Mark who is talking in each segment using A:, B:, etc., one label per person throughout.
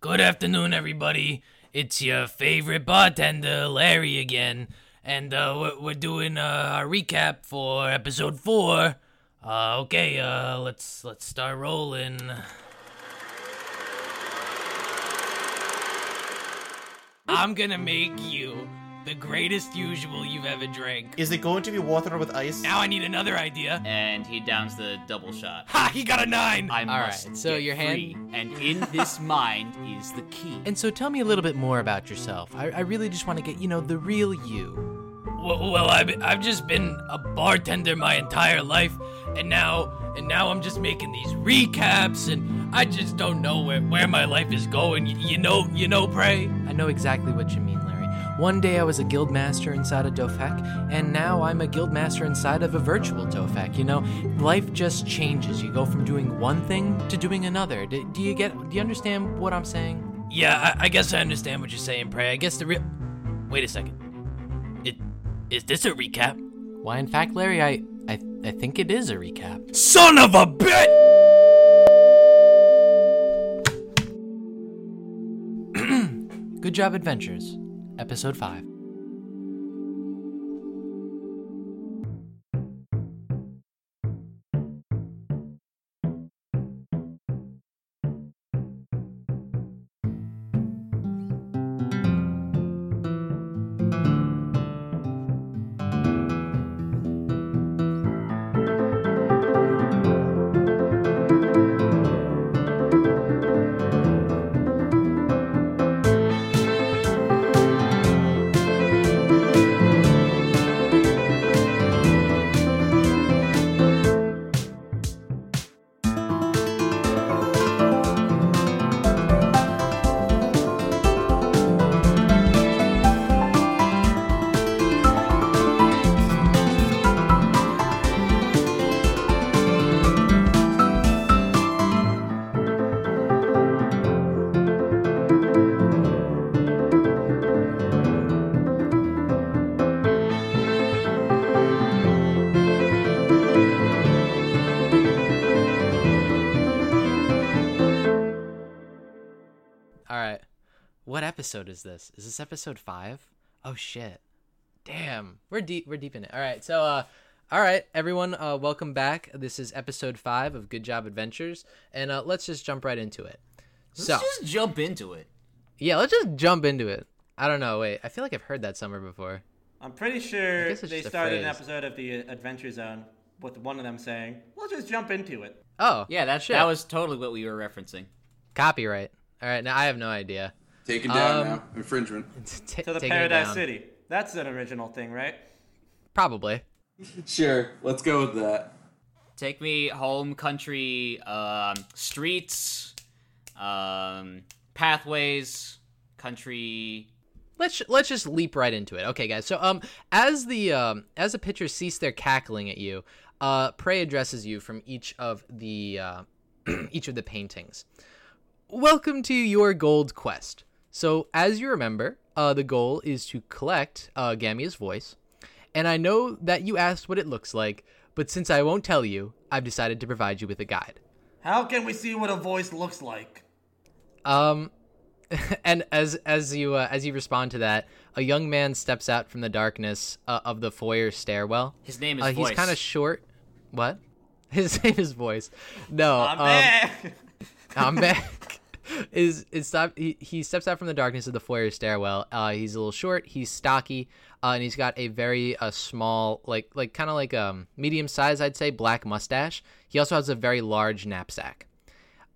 A: Good afternoon, everybody. It's your favorite bartender, Larry, again. And uh, we're, we're doing uh, a recap for episode four. Uh, okay, uh, let's let's start rolling. I'm gonna make you the greatest usual you've ever drank.
B: Is it going to be water with ice?
A: Now I need another idea.
C: and he downs the double shot.
A: Ha! He got a nine.
C: I
D: All
C: must
D: right, so
C: get
D: your hand-
C: free, and in this mind is the key.
D: And so tell me a little bit more about yourself. I, I really just want to get, you know, the real you.
A: Well, well I've, I've just been a bartender my entire life, and now and now I'm just making these recaps, and I just don't know where, where my life is going. Y- you know, you know, pray.
D: I know exactly what you mean, Larry. One day I was a guild master inside a Dofak, and now I'm a guild master inside of a virtual Dofak. You know, life just changes. You go from doing one thing to doing another. Do, do you get, do you understand what I'm saying?
A: Yeah, I, I guess I understand what you're saying, pray. I guess the real. Wait a second. It is this a recap?
D: Why, in fact, Larry, I, I, I think it is a recap.
A: Son of a bitch!
D: Good job, Adventures, episode 5. All right. What episode is this? Is this episode five? Oh shit. Damn. We're deep we're deep in it. All right. So uh all right, everyone, uh welcome back. This is episode 5 of Good Job Adventures and uh let's just jump right into it. So,
C: Let's just jump into it.
D: yeah, let's just jump into it. I don't know. Wait. I feel like I've heard that somewhere before.
E: I'm pretty sure
D: guess it's
E: they
D: just a
E: started an
D: phrase.
E: episode of the uh, Adventure Zone with one of them saying, "We'll just jump into it."
D: Oh.
C: Yeah, that
D: shit.
C: that was totally what we were referencing.
D: copyright. All right. Now I have no idea.
F: Taken down
D: Um,
F: now. Infringement.
D: T-
E: To the
D: taking it
E: Paradise
D: down.
E: City. That's an original thing, right?
D: Probably.
F: Sure. Let's go with that.
C: Take me home, country, um, streets, um, pathways, country.
D: let's ju- let's just leap right into it. Okay, guys. So um, as the um, as the pitchers cease their cackling at you, uh, prey addresses you from each of the uh, each of the paintings. Welcome to your gold quest. So as you remember, uh, the goal is to collect uh, Gamia's voice, and I know that you asked what it looks like, but since I won't tell you, I've decided to provide you with a guide.
E: How can we see what a voice looks like?
D: Um, and as as you uh, as you respond to that, a young man steps out from the darkness uh, of the foyer stairwell.
C: His name is
D: Uh,
C: Voice.
D: he's kind of short. What? His name is Voice. No,
E: I'm
D: um,
E: back.
D: I'm back. is is stop? He, he steps out from the darkness of the foyer stairwell. Uh, he's a little short. He's stocky, uh, and he's got a very uh, small, like like kind of like um medium size, I'd say, black mustache. He also has a very large knapsack.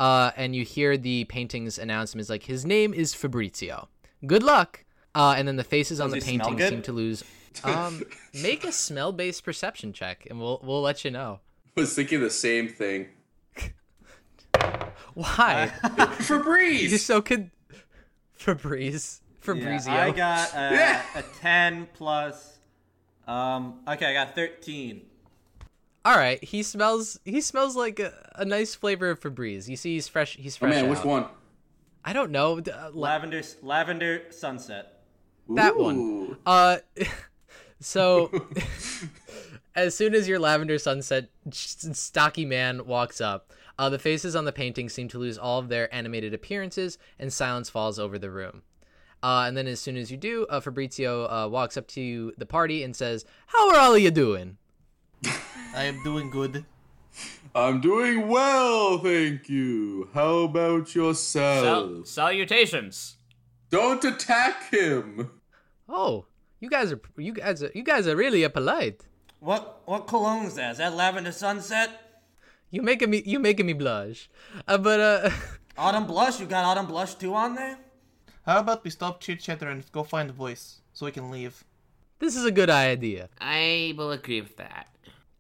D: Uh, and you hear the paintings announce him as like his name is Fabrizio. Good luck. Uh, and then the faces on the
E: Does he smell
D: paintings
E: good?
D: seem to lose. Um, make a smell-based perception check, and we'll we'll let you know
F: Was thinking the same thing.
D: why you're
F: Uh, Febreze.
D: so good. Febreze. Fabrizio.
E: I got a, a ten plus. Um. Okay, I got thirteen.
D: All right, he smells. He smells like a, a nice flavor of Febreze. You see, he's fresh. He's
F: Oh
D: fresh.
F: man,
D: out.
F: which one?
D: I don't know. d- uh, la-
E: Lavender. Lavender sunset.
D: That one.
F: Ooh.
D: Uh, so as soon as your lavender sunset sh- stocky man walks up, Uh, the faces on the painting seem to lose all of their animated appearances, and silence falls over the room. Uh, and then, as soon as you do, uh, Fabrizio uh, walks up to the party and says, "How are all of you doing?"
B: I am doing good.
F: I'm doing well, thank you. How about
C: Sal-
F: yourself?
C: salutations.
F: Don't attack him.
D: Oh, you guys are you guys are, you guys are really polite.
E: What what cologne is that? Is that lavender sunset?
D: You making me you making me blush. Uh, but uh,
E: Autumn blush? You got autumn blush too on there?
B: How about we stop chit chatter and go find voice so we can leave?
D: this is a good idea.
C: I will agree with that.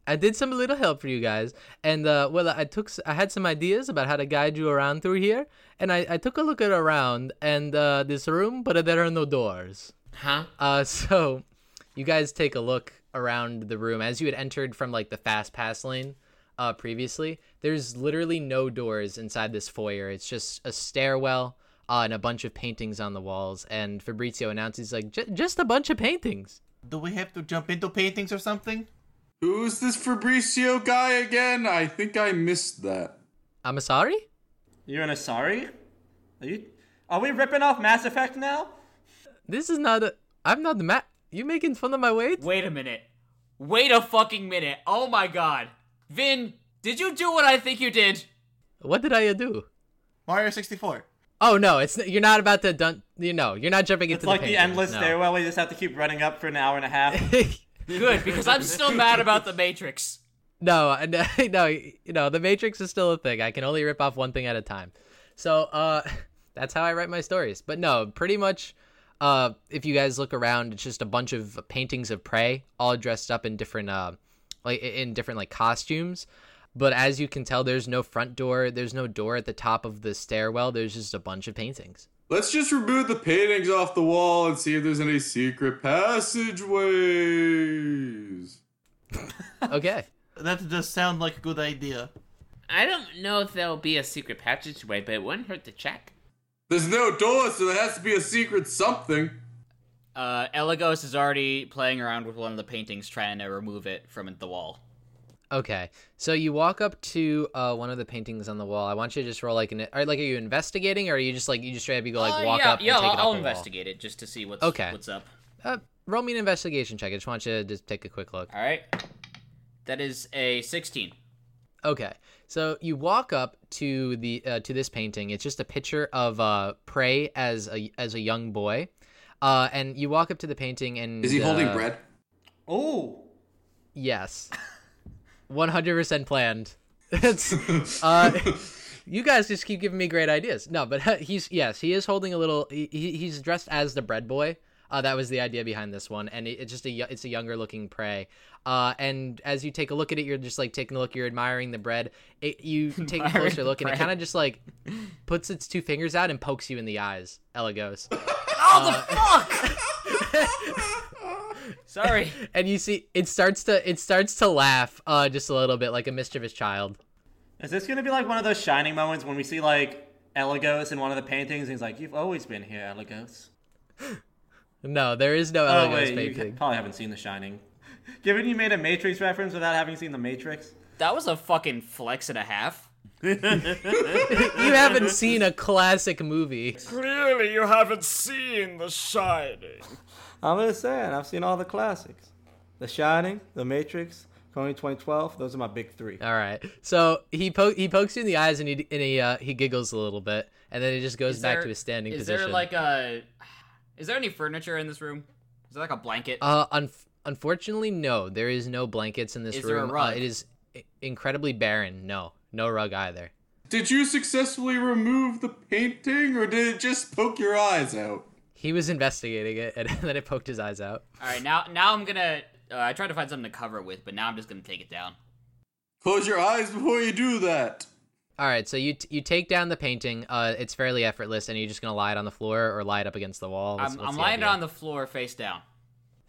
D: I did some little help for you guys, and uh, well, I took s- I had some ideas about how to guide you around through here, and I, I took a look at around and uh, this room, but there are no doors.
C: Huh?
D: Uh, so you guys take a look around the room as you had entered from like the fast pass lane uh, previously. There's literally no doors inside this foyer. It's just a stairwell uh, and a bunch of paintings on the walls. And Fabrizio announces like "Ju- just a bunch of paintings.
B: Do we have to jump into paintings or something?
F: Who's this Fabrizio guy again? I think I missed that.
D: I'm sorry.
E: You're an Asari? Are you are we ripping off Mass Effect now?
D: This is not a. I'm not the mat. You making fun of my weight?
C: Wait a minute. Wait a fucking minute. Oh my god. Vin, did you do what I think you did?
D: What did I do?
B: Mario 64.
D: Oh no, it's you're not about to dun. You know, you're not jumping into
E: It's like the,
D: paintings,
E: endless
D: no.
E: stairwell we just have to keep running up for an hour and a half.
C: Good, because I'm still mad about the Matrix.
D: No, I- no, no, you know, the Matrix is still a thing. I can only rip off one thing at a time. So, uh, that's how I write my stories. But no, pretty much, uh, if you guys look around, it's just a bunch of paintings of prey, all dressed up in different, uh, like in different like costumes. But as you can tell, there's no front door. There's no door at the top of the stairwell. There's just a bunch of paintings.
F: Let's just remove the paintings off the wall and see if there's any secret passageways.
D: Okay.
B: That does sound like a good idea.
G: I don't know if there'll be a secret passageway, but it wouldn't hurt to check.
F: There's no door, so there has to be a secret something.
C: Uh, Elagos is already playing around with one of the paintings, trying to remove it from the wall.
D: Okay, so you walk up to uh, one of the paintings on the wall. I want you to just roll like an. Are like are you investigating, or are you just like you just straight up you go like
C: Uh,
D: walk
C: yeah,
D: up?
C: yeah,
D: and take it
C: I'll,
D: off
C: I'll
D: the wall?
C: investigate it just to see what's
D: Okay.
C: what's up.
D: Uh, roll me an investigation check. I just want you to just take a quick look.
C: All right, that is a sixteen.
D: Okay, so you walk up to the uh, to this painting. It's just a picture of uh, prey as a as a young boy, uh, and you walk up to the painting and
F: Is he holding
D: uh,
F: bread?
E: Ooh.
D: Yes. 100% planned. It's uh you guys just keep giving me great ideas. No, but he's yes, he is holding a little he, he- he's dressed as the bread boy. Uh, that was the idea behind this one and it, it's just a yo- it's a younger looking prey. Uh and as you take a look at it you're just like taking a look you're admiring the bread. It, you take a
C: Admiring
D: closer look
C: the
D: and it
C: bread.
D: kind of just like puts its two fingers out and pokes you in the eyes. Ella goes.
C: Sorry,
D: and you see it starts to it starts to laugh uh just a little bit like a mischievous child.
E: Is this gonna be like one of those shining moments when we see like Elagos in one of the paintings and he's like, You've always been here, Elagos.
D: No, there is no
E: Oh
D: Ella goes
E: wait, you
D: painting.
E: probably haven't seen The Shining. Given you made a Matrix reference without having seen The Matrix,
C: that was a fucking flex and a half.
D: you haven't seen a classic movie.
H: Clearly, you haven't seen The Shining.
E: I'm just saying I've seen all the classics: The Shining, The Matrix, Coney 2012. Those are my big three.
D: All right. So he po- he pokes you in the eyes and he and he uh, he giggles a little bit and then he just goes
C: Is
D: back
C: there-
D: to his standing
C: is
D: position.
C: there like a? Is there any furniture in this room? Is there like a blanket?
D: uh un- unfortunately no, there is no blankets in this
C: Is there a
D: room. Uh,
C: rug?
D: it is i- incredibly barren. No. No rug either.
F: Did you successfully remove the painting, or did it just poke your eyes out?
D: He was investigating it and then it poked his eyes out.
C: All right, now now I'm gonna. Uh, I tried to find something to cover it with, but now I'm just gonna take it down.
F: Close your eyes before you do that.
D: All right, so you t- you take down the painting. Uh, it's fairly effortless, and you're just gonna lie it on the floor or lie it up against the wall. What's-
C: I'm,
D: what's
C: I'm
D: the
C: lying
D: idea?
C: on the floor face down.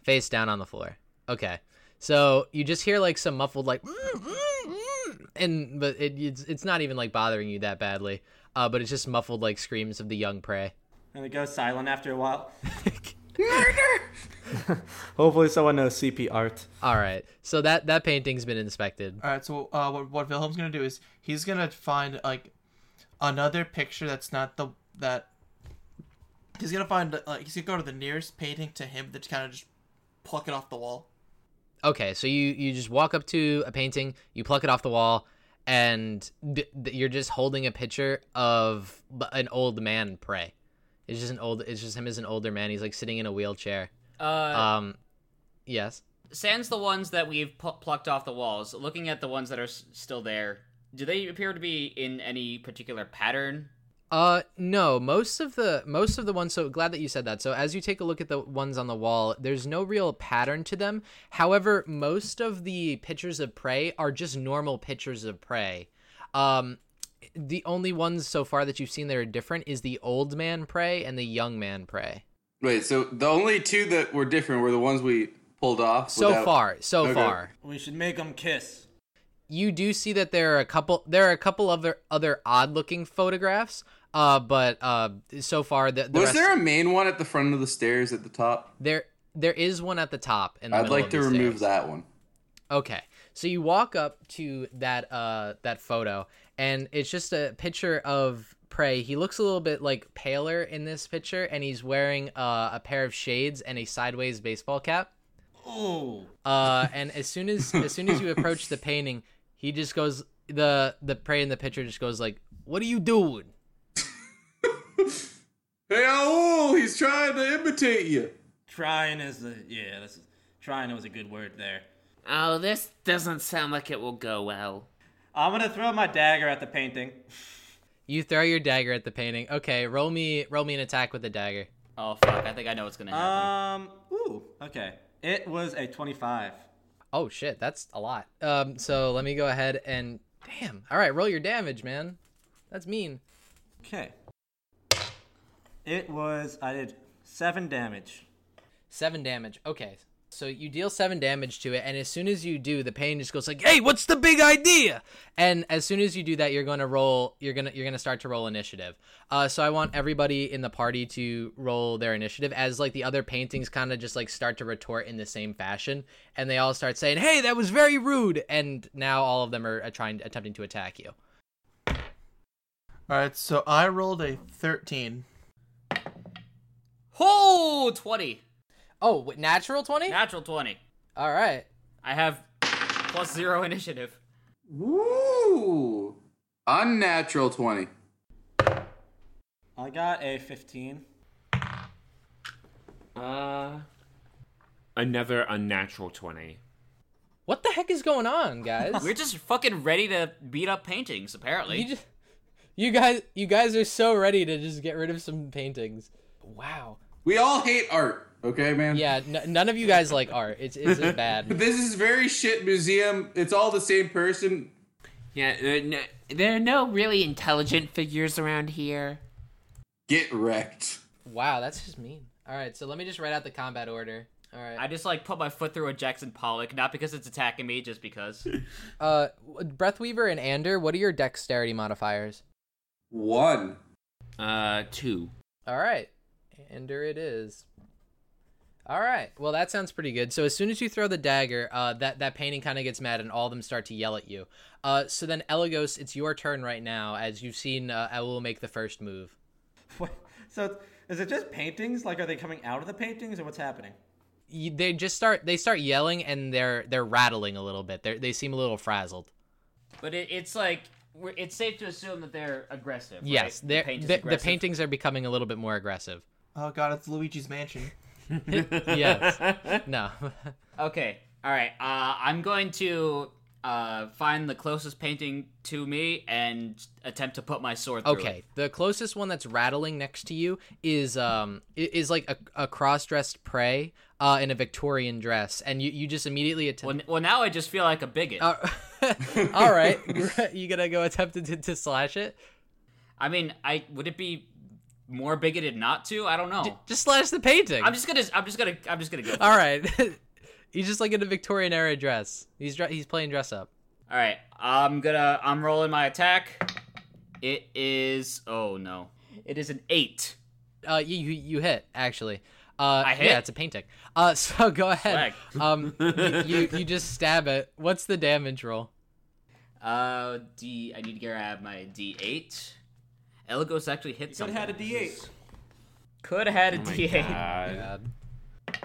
D: face down on the floor. Okay. So you just hear like some muffled like, "Mm, mm, mm," and but it, it's it's not even like bothering you that badly. Uh, but it's just muffled like screams of the young prey.
E: And it goes silent after a while. Hopefully, someone knows CP art.
D: All right. So that that painting's been inspected.
B: All right. So uh, what what Wilhelm's gonna do is he's gonna find like another picture that's not the that he's gonna find like he's gonna go to the nearest painting to him that kind of just pluck it off the wall.
D: Okay. So you you just walk up to a painting, you pluck it off the wall, and b- th- you're just holding a picture of b- an old man pray. It's just an old. It's just him as an older man. He's like sitting in a wheelchair.
C: Uh,
D: Um, yes.
C: sans the ones that we've pl- plucked off the walls, looking at the ones that are s- still there, do they appear to be in any particular pattern?
D: Uh no, most of the most of the ones so glad that you said that. So as you take a look at the ones on the wall, there's no real pattern to them. However, most of the pictures of prey are just normal pictures of prey. Um the only ones so far that you've seen that are different is the old man prey and the young man prey.
F: Wait, so the only two that were different were the ones we pulled off.
D: So
F: without-
D: far, so
F: Okay.
D: far.
E: We should make them kiss.
D: you do see that there are a couple there are a couple other other odd looking photographs uh but uh so far the, the
F: was
D: rest,
F: there a main one at the front of the stairs at the top?
D: there there is one at the top and the
F: I'd
D: middle
F: like
D: of
F: to
D: the
F: remove
D: stairs.
F: that one.
D: okay so you walk up to that uh that photo and it's just a picture of prey he looks a little bit like paler in this picture and he's wearing uh, a pair of shades and a sideways baseball cap
E: Ooh.
D: uh, and as soon as as soon as you approach the painting, he just goes the the prey in the picture just goes like, "What are you doing?"
F: Hey, oh, he's trying to imitate you.
E: Trying is the yeah. That's trying was a good word there.
G: Oh, this doesn't sound like it will go well.
E: I'm gonna throw my dagger at the painting.
D: You throw your dagger at the painting. Okay, roll me roll me an attack with the dagger.
C: Oh fuck, I think I know what's gonna happen.
G: Uh,
E: Um. Ooh. Okay. It was a 25.
D: Oh shit, that's a lot. Um, so let me go ahead and damn. All right, roll your damage, man. That's mean.
E: Okay. It was. I did seven damage.
D: Seven damage. Okay. So you deal seven damage to it, and as soon as you do, the pain just goes like, "Hey, what's the big idea?" And as soon as you do that, you're gonna roll. You're gonna you're gonna start to roll initiative. Uh, so I want everybody in the party to roll their initiative as like the other paintings kind of just like start to retort in the same fashion, and they all start saying, "Hey, that was very rude," and now all of them are uh, trying attempting to attack you.
B: All right. So I rolled a thirteen.
C: Oh, 20.
D: Oh, wait, natural twenty.
C: Natural 20.
D: all right.
C: I have plus zero initiative.
F: Woo! Unnatural twenty.
E: I got a 15.
G: Uh, another unnatural twenty.
D: What the heck is going on, guys?
C: We're just fucking ready to beat up paintings, apparently.
D: You just, you guys, you guys are so ready to just get rid of some paintings. Wow.
F: We all hate art, okay, man.
D: Yeah, n- none of you guys like art. It's it's just bad.
F: This is very shit museum. It's all the same person.
G: Yeah, there are, no, there are no really intelligent figures around here.
F: Get wrecked.
D: Wow, that's just mean. All right, so let me just write out the combat order. All
C: I
D: right.
C: just like put my foot through a Jackson Pollock, not because it's attacking me, just because.
D: Uh, Breathweaver and Ander, what are your dexterity modifiers?
F: One.
G: Uh, two.
D: All right. Ender it is. All right. Well, that sounds pretty good. So as soon as you throw the dagger, uh, that that painting kind of gets mad, and all of them start to yell at you. Uh, so then Elagos, it's your turn right now. As you've seen, uh, I will make the first move.
E: What? So is it just paintings? Like, are they coming out of the paintings, or what's happening?
D: y- they just start they start yelling and they're they're rattling a little bit. They they seem a little frazzled.
C: but it, it's like, we're, it's safe to assume that they're aggressive. right?
D: Yes,
C: The
D: they're,
C: paint is
D: the, the
C: aggressive.
D: paintings are becoming a little bit more aggressive.
B: Oh god, it's Luigi's mansion.
D: yes. No.
C: Okay, alright. Uh, I'm going to uh, find the closest painting to me and attempt to put my sword through it.
D: okay. The closest one that's rattling next to you is um i- is like a, a cross-dressed prey uh in a Victorian dress and you you just immediately attempt
C: Well, n- well, now I just feel like a bigot.
D: Uh, All right. you going to go attempt to, to slash it?
C: I mean, I would it be more bigoted not to? I don't know.
D: Just slash the painting.
C: I'm just gonna. I'm just gonna. I'm just gonna go.
D: All right. he's just like in a Victorian era dress. He's dre- he's playing dress up.
C: All right. I'm gonna. I'm rolling my attack. It is. Oh no. It is an eight.
D: Uh, you you, you hit actually. Uh,
C: I hit.
D: Yeah, it's a painting. Uh, so go ahead.
C: Swag.
D: Um, y- you you just stab it. What's the damage roll?
C: Uh, D. I need to grab my D8. Elgos actually hit
E: Could
C: something.
E: have had a D8.
C: Could have had a
G: Oh my
C: D8.
G: God.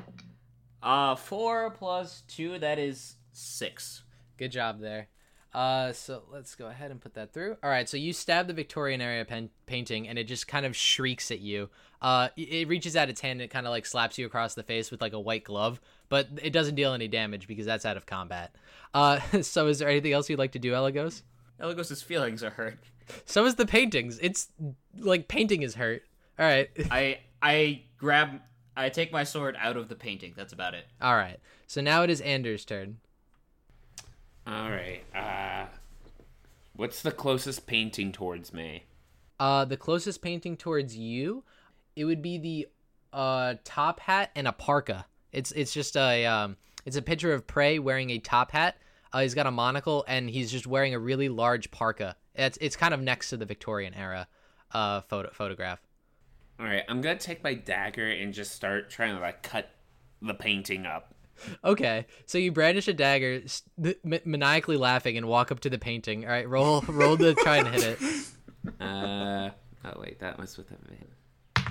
C: Uh, four plus two. That is six.
D: Good job there. Uh, so let's go ahead and put that through. All right, so you stab the Victorian era pen- painting, and it just kind of shrieks at you. Uh, it- it reaches out its hand, and it kind of like slaps you across the face with like a white glove, but it doesn't deal any damage because that's out of combat. Uh, so is there anything else you'd like to do, Elagos?
C: Elgos' feelings are hurt.
D: So is the paintings. It's like painting is hurt. All right,
C: I I grab. I take my sword out of the painting. That's about it.
D: all right. So now it is Anders' turn.
G: All right. Uh, what's the closest painting towards me?
D: Uh, the closest painting towards you, it would be the uh, top hat and a parka. It's it's just a um, it's a picture of prey wearing a top hat. Uh, he's got a monocle and he's just wearing a really large parka. It's it's kind of next to the Victorian era uh, photo photograph.
G: All right. I'm gonna take my dagger and just start trying to like cut the painting up.
D: Okay, so you brandish a dagger, s- th- ma- maniacally laughing, and walk up to the painting. All right, roll roll to try and hit it.
G: Uh, oh wait, that was with a.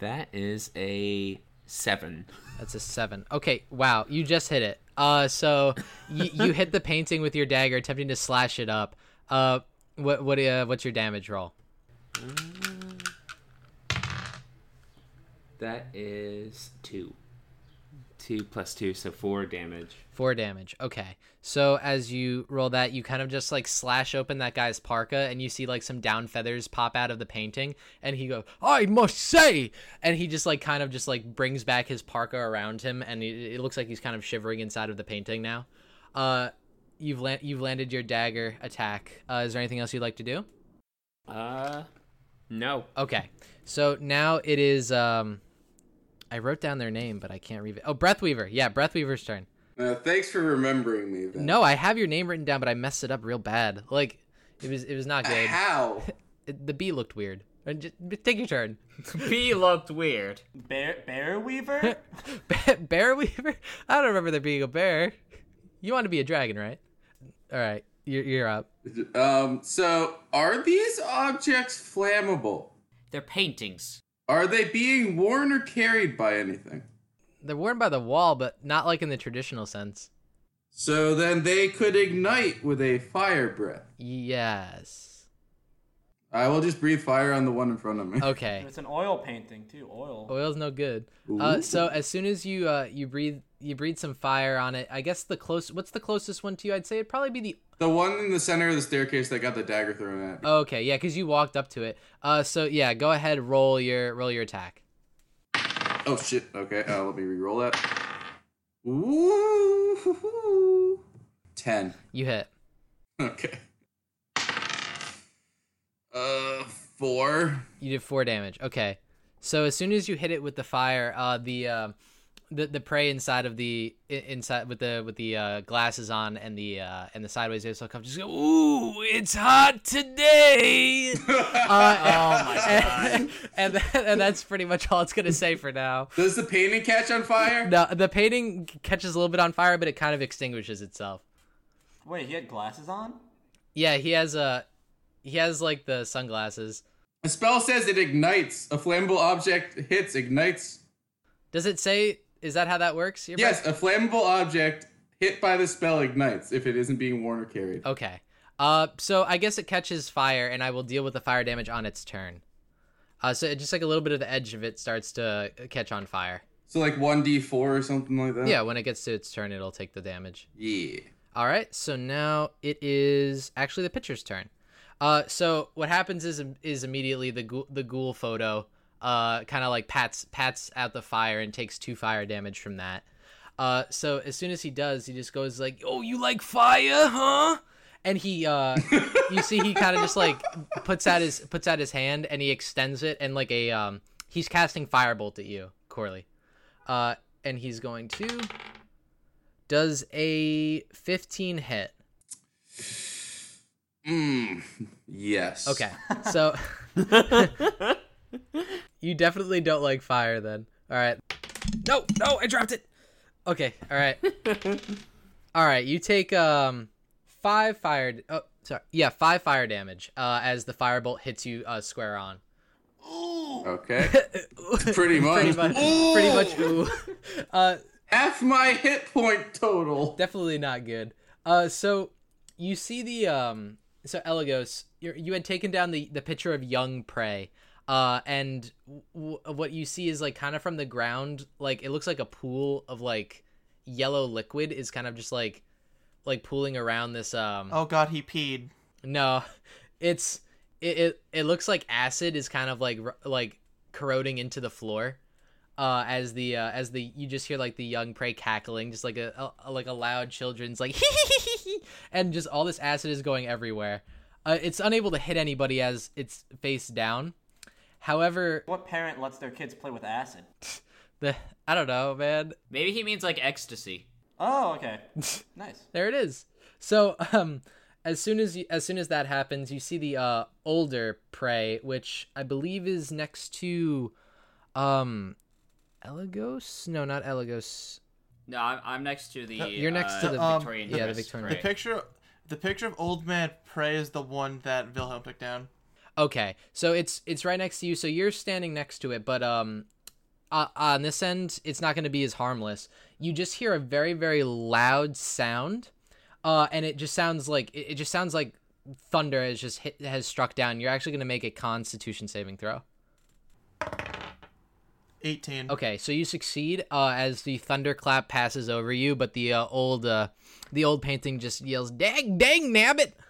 G: That is a seven.
D: That's a seven. Okay, wow, you just hit it. Uh, so you, you hit the painting with your dagger, attempting to slash it up. Uh, what what uh, what's your damage roll?
G: That is two. Two plus two, so four damage.
D: Four damage. Okay, so as you roll that, you kind of just like slash open that guy's parka, and you see like some down feathers pop out of the painting, and he goes, "I must say," and he just like kind of just like brings back his parka around him, and it, it looks like he's kind of shivering inside of the painting now. Uh, you've la- you've landed your dagger attack. Uh, is there anything else you'd like to do?
G: Uh, no.
D: Okay. So now it is um I wrote down their name, but I can't read it. Oh, Breathweaver. Yeah, Breathweaver's turn.
F: Uh, thanks for remembering me. Then.
D: No, I have your name written down, but I messed it up real bad. Like it was it was not good.
F: How?
D: It- the B looked weird. Uh, Just, take your turn.
C: B looked weird.
E: Bear, bear Weaver?
D: bear Weaver? I don't remember there being a bear. You want to be a dragon, right? All right. You're, you're up.
F: Um. So, are these objects flammable?
C: They're paintings.
F: Are they being worn or carried by anything?
D: They're worn by the wall, but not like in the traditional sense.
F: So then they could ignite with a fire breath.
D: Yes.
F: I will just breathe fire on the one in front of me.
D: Okay.
E: It's an oil painting, too. Oil.
D: Oil's no good. Uh, so as soon as you uh, you breathe you breathe some fire on it, I guess the close what's the closest one to you? I'd say it'd probably be the
F: The one in the center of the staircase that got the dagger thrown at. me.
D: okay yeah because you walked up to it. Uh, so yeah, go ahead roll your roll your attack.
F: Oh shit. Okay. Uh, let me re-roll that. Ooh. Ten.
D: You hit.
F: Okay. Uh, four.
D: You did four damage. Okay. So as soon as you hit it with the fire, uh, the uh, the the prey inside of the i- inside with the with the uh, glasses on and the uh, and the sideways air comes just go ooh it's hot today. uh,
C: Oh my
D: and, and, and that's pretty much all it's gonna say for now.
F: Does the painting catch on fire?
D: No, the painting catches a little bit on fire, but it kind of extinguishes itself.
E: Wait, he had glasses on?
D: Yeah, he has a, he has like the sunglasses.
F: A spell says it ignites. A flammable object hits ignites.
D: Does it say? Is that how that works? Your
F: Yes, a flammable object hit by the spell ignites if it isn't being worn or carried.
D: bra- Okay. Uh, so I guess it catches fire, and I will deal with the fire damage on its turn. Uh, so it just like a little bit of the edge of it starts to catch on fire.
F: So like one d four or something like that.
D: Yeah, when it gets to its turn, it'll take the damage.
F: Yeah.
D: All right, so now it is actually the pitcher's turn. Uh, so what happens is is immediately the ghoul, the ghoul photo uh, kind of like pats pats out the fire and takes two fire damage from that. Uh, so as soon as he does, he just goes like, "Oh, you like fire, huh?" And he, uh, you see, he kind of just like puts out his puts out his hand and he extends it and like a um, he's casting firebolt at you, Corley, uh, and he's going to does a 15 hit.
F: Mm. Yes.
D: Okay. So You definitely don't like fire then. All right. No, no, I dropped it. Okay, all right. all right, you take um 5 fire d- Oh, sorry. Yeah, 5 fire damage uh as the firebolt hits you uh square on.
F: Okay. Pretty much.
D: Pretty much pretty much ooh. Uh
F: Half my hit point total.
D: definitely not good. Uh, so you see the um, so Elagos, you're, you had taken down the the picture of young prey, uh, and w- w- what you see is like kind of from the ground, like it looks like a pool of like yellow liquid is kind of just like like pooling around this um
B: Oh god, he peed.
D: no, it's it, it it looks like acid is kind of like r- like corroding into the floor. Uh, as the uh, as the you just hear like the young prey cackling, just like a, a like a loud children's like and just all this acid is going everywhere. Uh, it's unable to hit anybody as it's face down. However,
E: What parent lets their kids play with acid?
D: the I don't know, man.
C: Maybe he means like ecstasy.
E: Oh, okay. nice.
D: there it is. So, um, as soon as you, as soon as that happens, you see the uh, older prey, which I believe is next to, um, Elagos. No, not Elagos.
C: No, I'm, I'm next to the.
D: you're next
C: uh,
D: to the
B: um,
C: Victorian.
D: yeah, the
C: Empress,
D: Victorian.
B: The
C: right?
B: picture, the picture of old man Prey is the one that Wilhelm took down.
D: Okay, so it's it's right next to you. So you're standing next to it, but um, uh, on this end, it's not going to be as harmless. You just hear a very very loud sound, uh, and it just sounds like it, it just sounds like thunder has just hit has struck down. You're actually going to make a Constitution saving throw.
B: Eighteen.
D: Okay, so you succeed uh, as the thunderclap passes over you, but the uh, old uh, the old painting just yells "Dang, dang, nabbit!"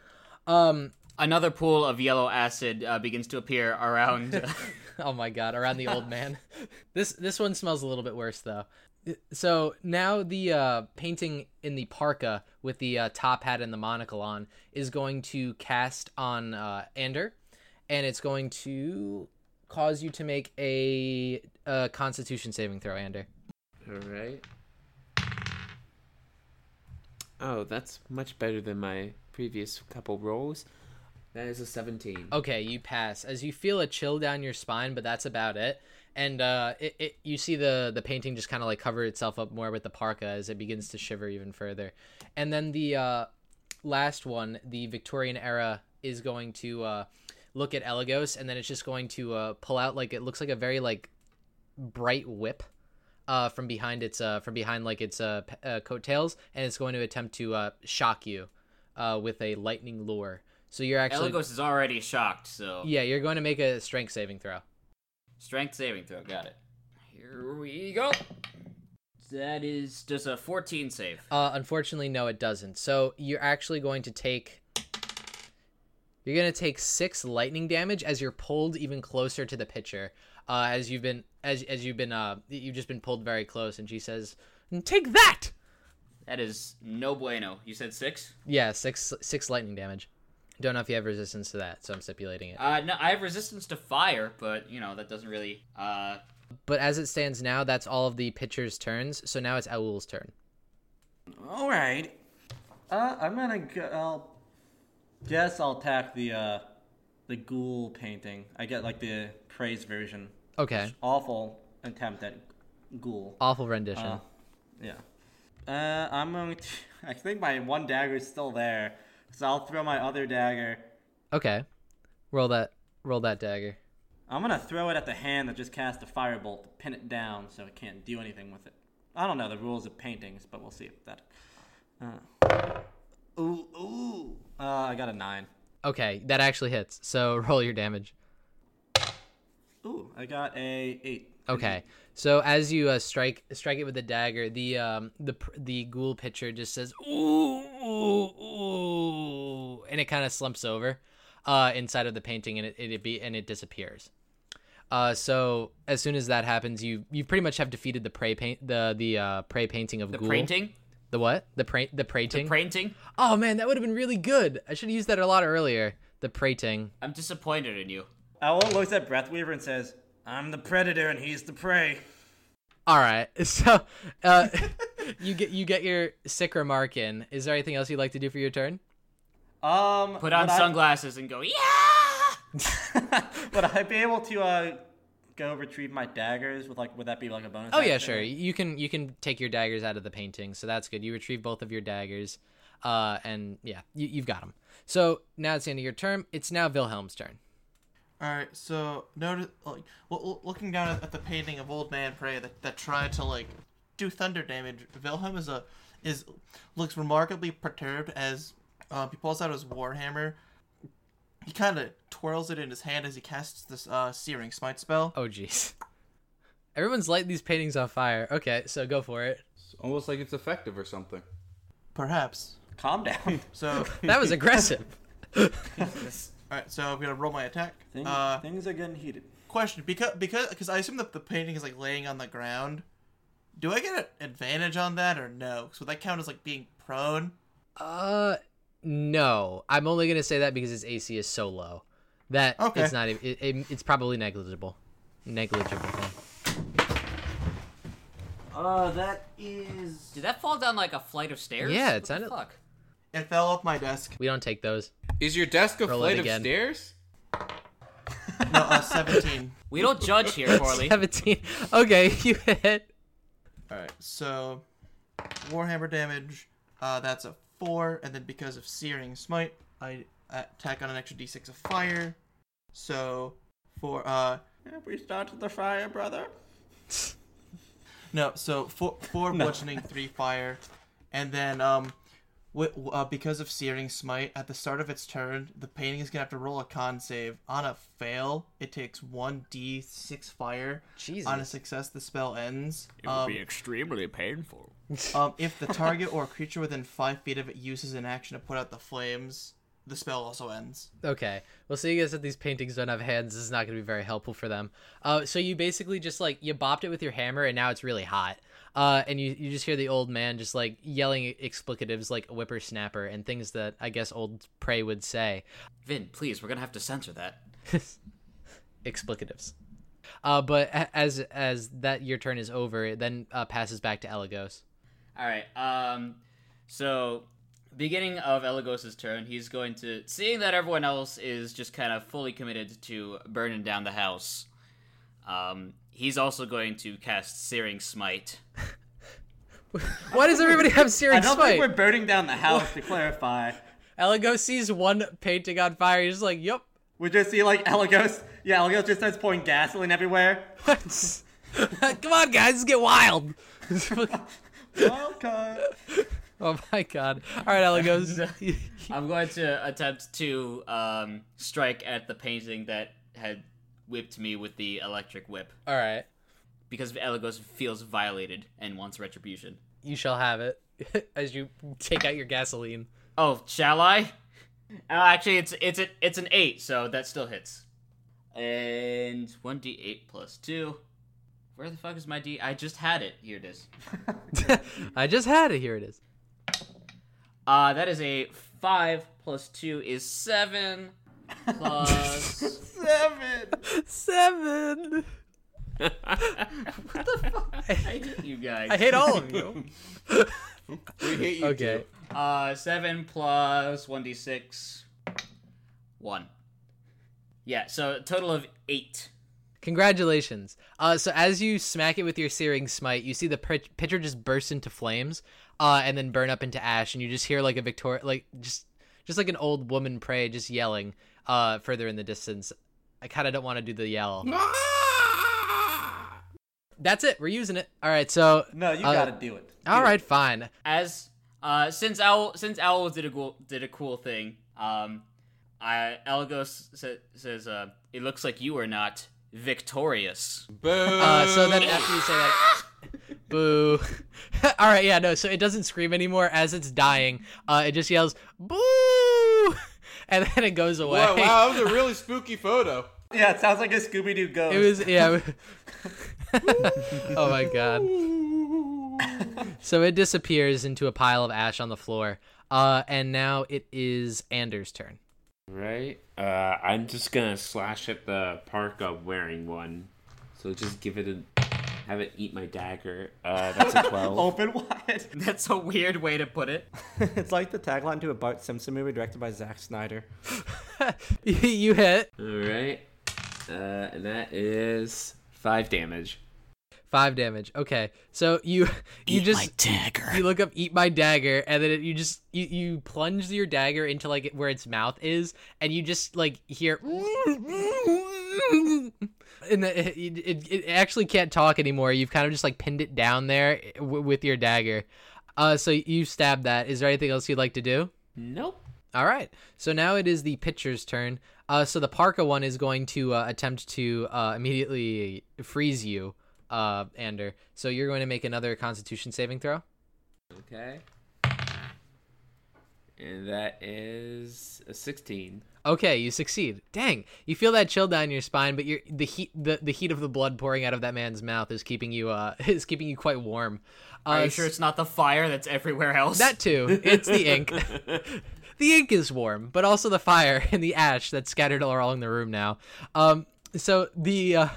D: Um,
C: Another pool of yellow acid uh, begins to appear around. uh,
D: oh my god, around the old man. This this one smells a little bit worse though. So now the uh, painting in the parka with the uh, top hat and the monocle on is going to cast on uh, Ander, and it's going to cause you to make a, uh Constitution saving throw, Ander.
G: All right. Oh, that's much better than my previous couple rolls. That is a 17.
C: Oh,
D: Okay, you pass as you feel a chill down your spine, but that's about it. And uh, it, it you see the the painting just kind of like cover itself up more with the parka as it begins to shiver even further. And then the uh, last one, the Victorian era, is going to uh, look at Elagos, and then it's just going to uh, pull out like it looks like a very like bright whip uh, from behind its uh, from behind like its uh, p- uh, coattails, and it's going to attempt to uh, shock you uh, with a lightning lure. So you're actually
C: Elagos is already shocked, so
D: yeah, you're going to make a strength saving throw.
C: strength saving throw. Got it. Here we go. That is does a 14 save.
G: Oh,
D: Uh, unfortunately, no, it doesn't. So you're actually going to take. You're going to take six lightning damage as you're pulled even closer to the pitcher. Uh, as you've been, as as you've been, uh, you've just been pulled very close, and she says, "Take that."
C: That is no bueno. You said six.
D: Yeah, six six lightning damage. Don't know if you have resistance to that, so I'm stipulating it.
C: Uh, no, I have resistance to fire, but you know that doesn't really. Uh,
D: But as it stands now, that's all of the pitcher's turns. So now it's Elul's turn.
E: All right. Uh, I'm gonna go. I'll guess I'll attack the uh, the ghoul painting. I get like the praise version.
D: Okay,
E: Awful attempt at ghoul.
D: awful rendition.
E: Uh, yeah. Uh, I'm going to. I think my one dagger is still there, so I'll throw my other dagger.
D: okay, roll that roll that dagger.
E: I'm gonna throw it at the hand that just cast a firebolt to pin it down, so it can't do anything with it. I don't know the rules of paintings, but we'll see if that. Uh. Ooh, ooh. Uh, I got a nine.
D: Okay, that actually hits. So roll your damage.
E: Ooh, I got a eight.
D: Okay. So as you uh, strike strike it with the dagger, the um the pr- the ghoul pitcher just says ooh ooh ooh, and it kind of slumps over, uh inside of the painting and it it, it be and it disappears. Uh, so as soon as that happens, you you pretty much have defeated the prey paint the the uh, prey painting of
C: the
D: ghoul.
C: painting.
D: The what? The prey the prating.
C: Painting.
D: oh man, that would have been really good. I should have used that a lot earlier. The prating.
C: I'm disappointed in you.
E: Owl looks at Breathweaver and says, "I'm the predator and he's the prey."
D: All right. So uh, you get you get your sick remark in. Is there anything else you'd like to do for your turn?
E: Um,
C: Put on
E: would I-
C: sunglasses and go. Yeah.
E: would I be able to uh, go retrieve my daggers with like? Would that be like a bonus?
D: Oh yeah,
E: action?
D: sure. You can you can take your daggers out of the painting, so that's good. You retrieve both of your daggers, uh, and yeah, you, you've got them. So now it's the end of your term. It's now Wilhelm's turn.
B: All right, so notice like lo- lo- looking down at, at the painting of Old Man Prey that, that tried to like do thunder damage. Wilhelm is a is looks remarkably perturbed as um, he pulls out his warhammer. He kind of twirls it in his hand as he casts this uh, searing smite spell.
D: Oh jeez. Everyone's lighting these paintings on fire. Okay, so go for it.
F: It's almost like it's effective or something.
B: Perhaps.
E: Calm down.
B: So
D: That was aggressive.
B: all right, so I'm gonna roll my attack.
E: things,
B: Uh,
E: things are getting heated.
B: question because because because I assume that the painting is like laying on the ground. Do I get an advantage on that or no? So that count as like being prone.
D: Uh, no. I'm only gonna say that because its AC is so low that
B: Okay.
D: it's not. even- It, it, it's probably negligible. Negligible. Thing.
E: Uh, that is.
C: Did that fall down like a flight of stairs?
D: Yeah, it
C: What the
D: sounded-
C: Fuck.
B: It fell off my desk.
D: We don't take those.
F: Is your desk a
D: Roll it
F: flight of
D: again.
F: stairs?
B: No, uh, 17.
C: We don't judge here, Corley.
D: Seventeen. Okay, you hit.
B: Alright, so Warhammer damage, uh, that's a 4, and then because of Searing Smite, I attack on an extra d6 of fire. So, for, uh,
E: Have we started the fire, brother?
B: no, so 4, four bludgeoning, 3 fire, and then, um, wi- w- uh, because of Searing Smite, at the start of its turn, the painting is gonna have to roll a con save. On a fail, it takes 1d6 fire. On a
D: Jesus.
B: success, the spell ends.
H: It would be extremely painful.
B: Um, if the target or creature within five feet of it uses an action to put out the flames, the spell also ends.
D: Okay. Well, seeing as that these paintings don't have hands, this is not going to be very helpful for them. Uh, so you basically just like you bopped it with your hammer, and now it's really hot. Uh, and you, you just hear the old man just like yelling explicatives like whippersnapper and things that I guess old prey would say.
C: Vin, please, we're gonna have to censor that.
D: Explicatives. Uh, but a- as as that your turn is over, it then uh, passes back to Elagos.
C: All right. Um, so beginning of Elagos' turn, he's going to seeing that everyone else is just kind of fully committed to burning down the house. Um, he's also going to cast Searing Smite.
D: Why does everybody have
E: I
D: searing
E: don't
D: spite?
E: think we're burning down the house. to clarify,
D: Elagos sees one painting on fire. He's just like, "Yep."
E: we just see like Elagos. Yeah, Elagos just starts pouring gasoline everywhere.
D: Come on, guys, let's get wild.
E: Wild card.
D: Oh my god. All right, Elagos.
C: I'm going to attempt to um, strike at the painting that had whipped me with the electric whip
D: All right.
C: because Elagos feels violated and wants retribution.
D: You shall have it as you take out your gasoline.
C: Oh, shall I? Uh, actually, it's it's an it's an eight, so that still hits. And one d eight plus two. Where the fuck is my d? I just had it. Here it is.
D: I just had it. Here it is.
C: Uh, that is a five plus two is seven plus.
E: Seven.
D: Seven.
C: what the fuck? I hate you guys.
D: I hate all of you.
F: We hate you.
D: Okay.
F: too.
C: Uh, seven plus one d six. One. Yeah, so a total of eight.
D: Congratulations. Uh, so as you smack it with your searing smite, you see the pr- pitcher just burst into flames, uh, and then burn up into ash, and you just hear like a victor, like just just like an old woman pray, just yelling uh, further in the distance. I kind of don't want to do the yell.
F: Ah!
D: That's it. We're using it. All right. So
E: No, you
D: Uh,
E: gotta do it.
D: all right, fine.
C: as uh since owl since owl did a cool did a cool thing um i elgos sa- says uh it looks like you are not victorious
F: Boo.
D: Uh, so then after you say that, boo. All right, yeah, no. So it doesn't scream anymore as it's dying. Uh, it just yells boo, and then it goes away.
F: wow, wow, that was a really spooky photo.
E: Yeah, it sounds like a Scooby Doo ghost.
D: It was yeah. oh my god. So it disappears into a pile of ash on the floor. Uh, and now it is Anders' turn.
G: Right. Uh, I'm just gonna slash at the parka wearing one. So just give it a, have it eat my dagger. Uh, that's a twelve.
E: open wide.
C: that's a weird way to put it
E: it's like the tagline to a Bart Simpson movie directed by Zack Snyder.
D: you hit.
G: All right. Uh, and that is Five damage.
D: Five damage. Okay, so you you just you look up "eat my dagger" and then it, you just you, you plunge your dagger into like where its mouth is, and you just like hear, and the, it, it it actually can't talk anymore. You've kind of just like pinned it down there eh, w- with your dagger. Uh, so you stab that. Is there anything else you'd like to do?
G: Nope.
D: All right. So now it is the pitcher's turn. Uh, so the Parka one is going to uh, attempt to uh, immediately freeze you, uh, Ander. So you're going to make another Constitution saving throw.
G: Okay. And that is a 16.
D: Okay, you succeed. Dang, you feel that chill down your spine, but you're, the heat the, the heat of the blood pouring out of that man's mouth is keeping you uh is keeping you quite warm. Uh,
C: Are you sure it's not the fire that's everywhere else?
D: That too. It's the ink. the ink is warm, but also the fire and the ash that's scattered all along the room now. Um, so the uh,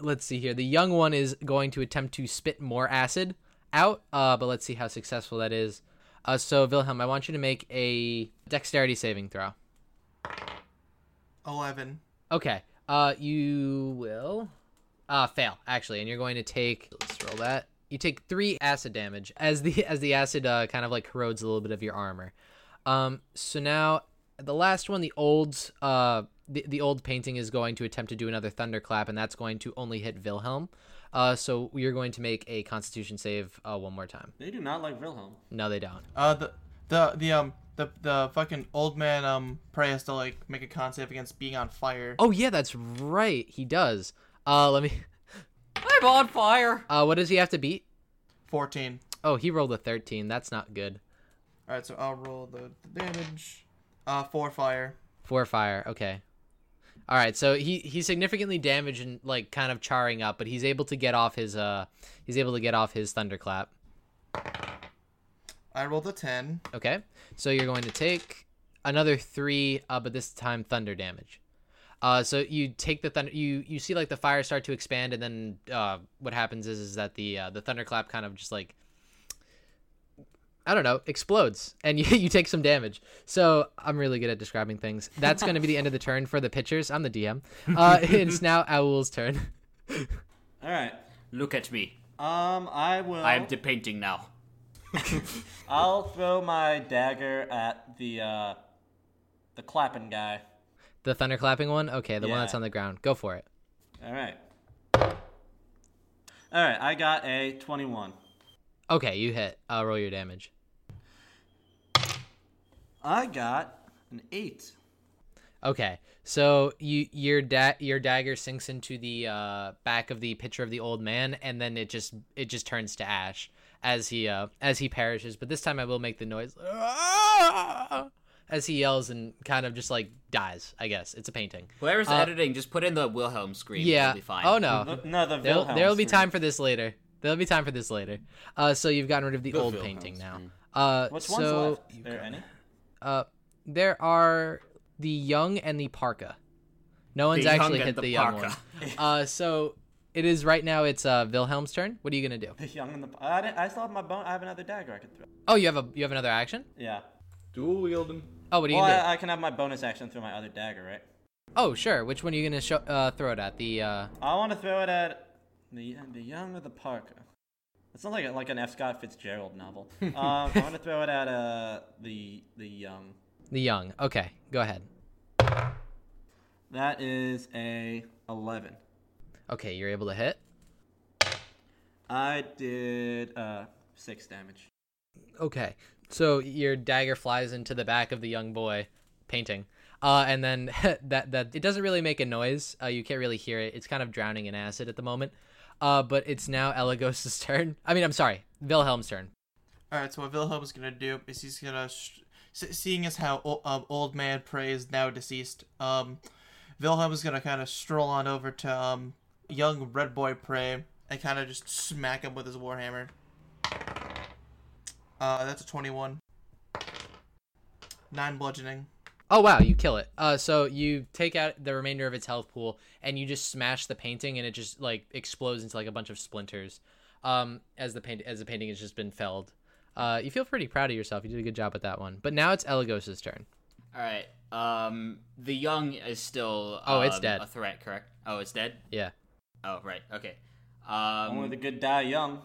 D: let's see here. The young one is going to attempt to spit more acid out, uh, but let's see how successful that is. Uh, so Wilhelm, I want you to make a dexterity saving throw.
B: Eleven.
D: Okay. Uh, you will uh fail actually, and you're going to take. Let's roll that. You take three acid damage as the as the acid uh, kind of like corrodes a little bit of your armor. Um, so now the last one, the old uh the, the old painting is going to attempt to do another thunderclap, and that's going to only hit Wilhelm. Uh, so you're going to make a Constitution save uh, one more time.
E: They do not like Wilhelm.
D: No, they don't.
B: Uh, the the the um the the fucking old man um Prey has to like make a con save against being on fire.
D: Oh yeah, that's right. He does. Uh, let me.
C: I'm on fire.
D: Uh, what does he have to beat?
B: Fourteen.
D: Oh, he rolled a thirteen. That's not good.
B: All right, so I'll roll the, the damage. Uh, four fire.
D: Four fire. Okay. All right. So he he's significantly damaged and like kind of charring up, but he's able to get off his uh he's able to get off his thunderclap.
B: I rolled a ten.
D: Okay. So you're going to take another three, uh, but this time thunder damage. Uh, so you take the thunder. You you see like the fire start to expand, and then uh, what happens is is that the uh, the thunderclap kind of just like I don't know explodes, and you you take some damage. So I'm really good at describing things. That's going to be the end of the turn for the pitchers. I'm the DM. Uh, it's now Owl's turn.
E: All right.
C: Look at me.
E: Um, I will.
C: I am depainting now.
E: I'll throw my dagger at the uh, the clapping guy.
D: The thunderclapping one. Okay, the one that's
E: Yeah.
D: on the ground. Go for it.
E: All right. All right. I got a twenty-one.
D: Okay, you hit. Uh, roll your damage.
E: I got an eight.
D: Okay, so you your da- your dagger sinks into the uh, back of the picture of the old man, and then it just it just turns to ash as he uh, as he perishes. But this time, I will make the noise "Ah!" as he yells and kind of just like dies. I guess it's a painting.
C: Whoever's editing, just put in the Wilhelm scream.
D: Uh, yeah.
C: It'll be fine.
D: Oh no,
E: Look, Uh, no, the
D: there'll,
E: Wilhelm
D: there'll be
E: scream.
D: time for this later. There'll be time for this later. Uh, so you've gotten rid of the, old
G: Wilhelm
D: painting now. Uh,
E: Which
D: so
E: one's left? There any?
D: Uh, there are the young and the parka. No one's
C: The young
D: actually
C: and
D: hit the,
C: the
D: young one.
C: parka.
D: Uh, so it is right now. It's uh, Wilhelm's turn. What are you gonna do?
E: The young and the. I, didn't, I still have my bone. I have another dagger I could throw.
D: Oh, you have a you have another action.
E: Yeah.
G: Dual wield him.
D: Oh, what are you
E: Well,
D: gonna
E: I, I can have my bonus action through my other dagger, right?
D: do? Oh, sure. Which one are you gonna show, uh, throw it at? The uh,
E: I want to throw it at the the young of the Parker. It's not like like an F. Scott Fitzgerald novel. um, I want to throw it at uh the the young.
D: the young. Okay, go ahead.
E: That is a eleven.
D: Okay, you're able to hit.
E: I did uh six damage.
D: Okay, so your dagger flies into the back of the young boy painting. Uh, and then that that it doesn't really make a noise. Uh, you can't really hear it. It's kind of drowning in acid at the moment. Uh, but it's now Elagos' turn. I mean, I'm sorry, Wilhelm's turn.
B: All right, so what Wilhelm's gonna do is he's gonna, sh- se- seeing as how o- um, old man Prey is now deceased, um, Wilhelm is gonna kind of stroll on over to um, young red boy Prey and kind of just smack him with his warhammer. Uh, that's a twenty-one. Nine bludgeoning.
D: Oh wow, you kill it. Uh, so you take out the remainder of its health pool and you just smash the painting, and it just like explodes into like a bunch of splinters. Um, as the paint as the painting has just been felled. Uh, you feel pretty proud of yourself. You did a good job with that one. But now it's Elagos' turn.
C: All right. Um, the young is still.
D: Oh, it's
C: um,
D: dead.
C: A threat, correct? Oh, it's dead.
D: Yeah.
C: Oh, right. Okay. Um,
E: Only the good die young.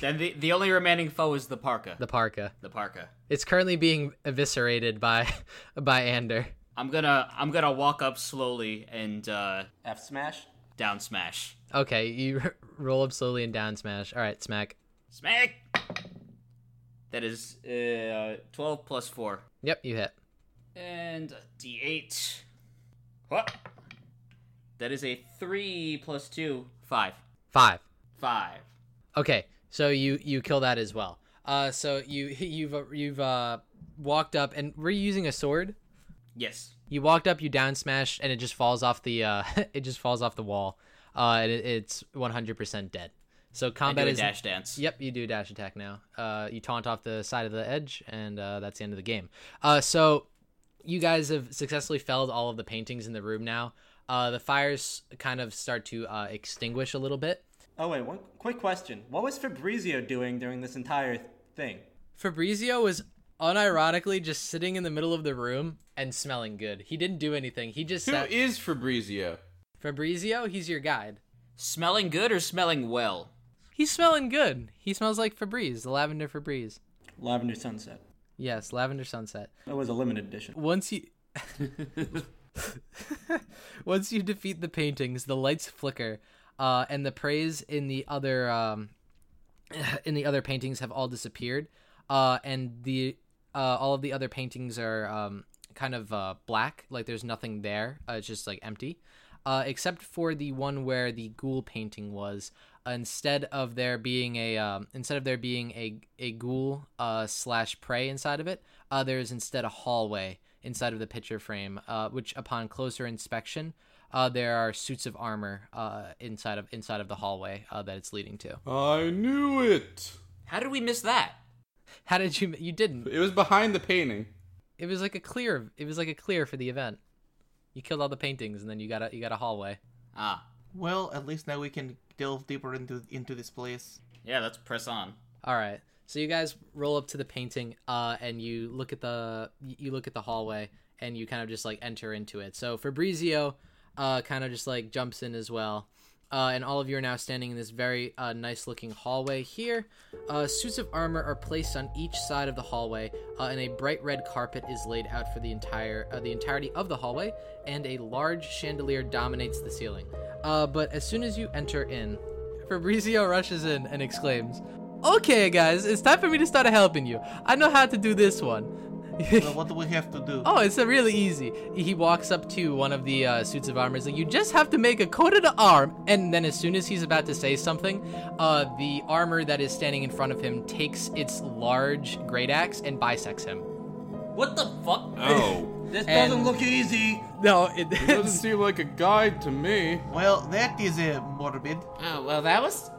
C: then the the only remaining foe is the parka.
D: The parka.
C: the parka.
D: It's currently being eviscerated by by Ander.
C: I'm gonna I'm gonna walk up slowly and uh,
E: F smash.
C: down smash.
D: Okay, you roll up slowly and down smash. All right, smack.
C: Smack. That is uh, twelve plus four
D: Yep, you hit.
C: and a d8. What? That is a three plus two five
D: Five.
C: five.
D: Okay, so you you kill that as well. Uh, so you you've uh, you've uh walked up and were you using a sword?
C: Yes.
D: You walked up, you down smashed, and it just falls off the uh it just falls off the wall. Uh, and it, it's one hundred percent dead. So
C: I do
D: combat
C: a
D: is
C: dash dance.
D: Yep, you do a dash attack now. Uh, you taunt off the side of the edge, and uh, that's the end of the game. Uh, so you guys have successfully felled all of the paintings in the room now. Uh, the fires kind of start to uh, extinguish a little bit.
E: Oh wait, one quick question. What was Fabrizio doing during this entire thing?
D: Fabrizio was unironically just sitting in the middle of the room and smelling good. He didn't do anything. He just
F: Who
D: sat.
F: is Fabrizio?
D: Fabrizio, he's your guide.
C: Smelling good or smelling well?
D: He's smelling good. He smells like Febreze, the lavender Febreze.
E: Lavender Sunset.
D: Yes, lavender sunset.
E: That was a limited edition.
D: once you once you defeat the paintings the lights flicker uh, and the praise in the other um, in the other paintings have all disappeared uh, and the uh, all of the other paintings are um, kind of uh, black like there's nothing there uh, it's just like empty uh, except for the one where the ghoul painting was instead of there being a um, instead of there being a a ghoul uh, slash prey inside of it uh, there is instead a hallway inside of the picture frame uh, which upon closer inspection uh, there are suits of armor uh, inside of inside of the hallway uh, that it's leading to
F: I knew it.
C: How did we miss that?
D: how did you you didn't
F: It was behind the painting.
D: it was like a clear it was like a clear for the event you killed all the paintings and then you got a you got a hallway
C: Ah,
B: Well, at least now we can delve deeper into into this place.
C: yeah. Let's press on.
D: All right. So you guys roll up to the painting, uh, and you look at the you look at the hallway, and you kind of just like enter into it. So Fabrizio, uh, kind of just like jumps in as well, uh, and all of you are now standing in this very uh, nice looking hallway here. Uh, suits of armor are placed on each side of the hallway, uh, and a bright red carpet is laid out for the entire uh, the entirety of the hallway, and a large chandelier dominates the ceiling. Uh, but as soon as you enter in, Fabrizio rushes in and exclaims. Okay, guys, it's time for me to start helping you. I know how to do this one.
B: Well, what do we have to do?
D: oh, it's uh, really easy. He walks up to one of the uh, suits of armor. He's like, you just have to make a coat of the arm. And then, as soon as he's about to say something, uh, the armor that is standing in front of him takes its large great axe and bisects him.
C: What the fuck?
G: Oh,
E: This
D: And-
E: doesn't look easy.
D: No, it,
F: Doesn't seem like a guide to me.
B: Well, that is uh, morbid.
I: Oh, well, that was.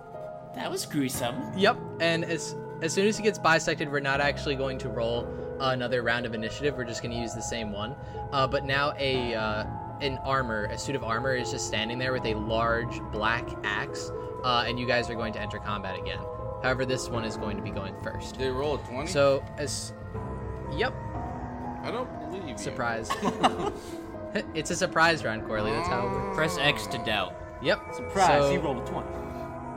I: That was gruesome.
D: Yep. And as as soon as he gets bisected, we're not actually going to roll another round of initiative. We're just going to use the same one. Uh, but now a uh, an armor, a suit of armor, is just standing there with a large black axe, uh, and you guys are going to enter combat again. However, this one is going to be going first.
F: They roll a twenty.
D: So as yep,
F: I don't believe you.
D: surprise. it's a surprise round, Corley. That's how. It works.
C: Press X to doubt.
D: Yep.
E: Surprise,
D: So-
E: he rolled a 20.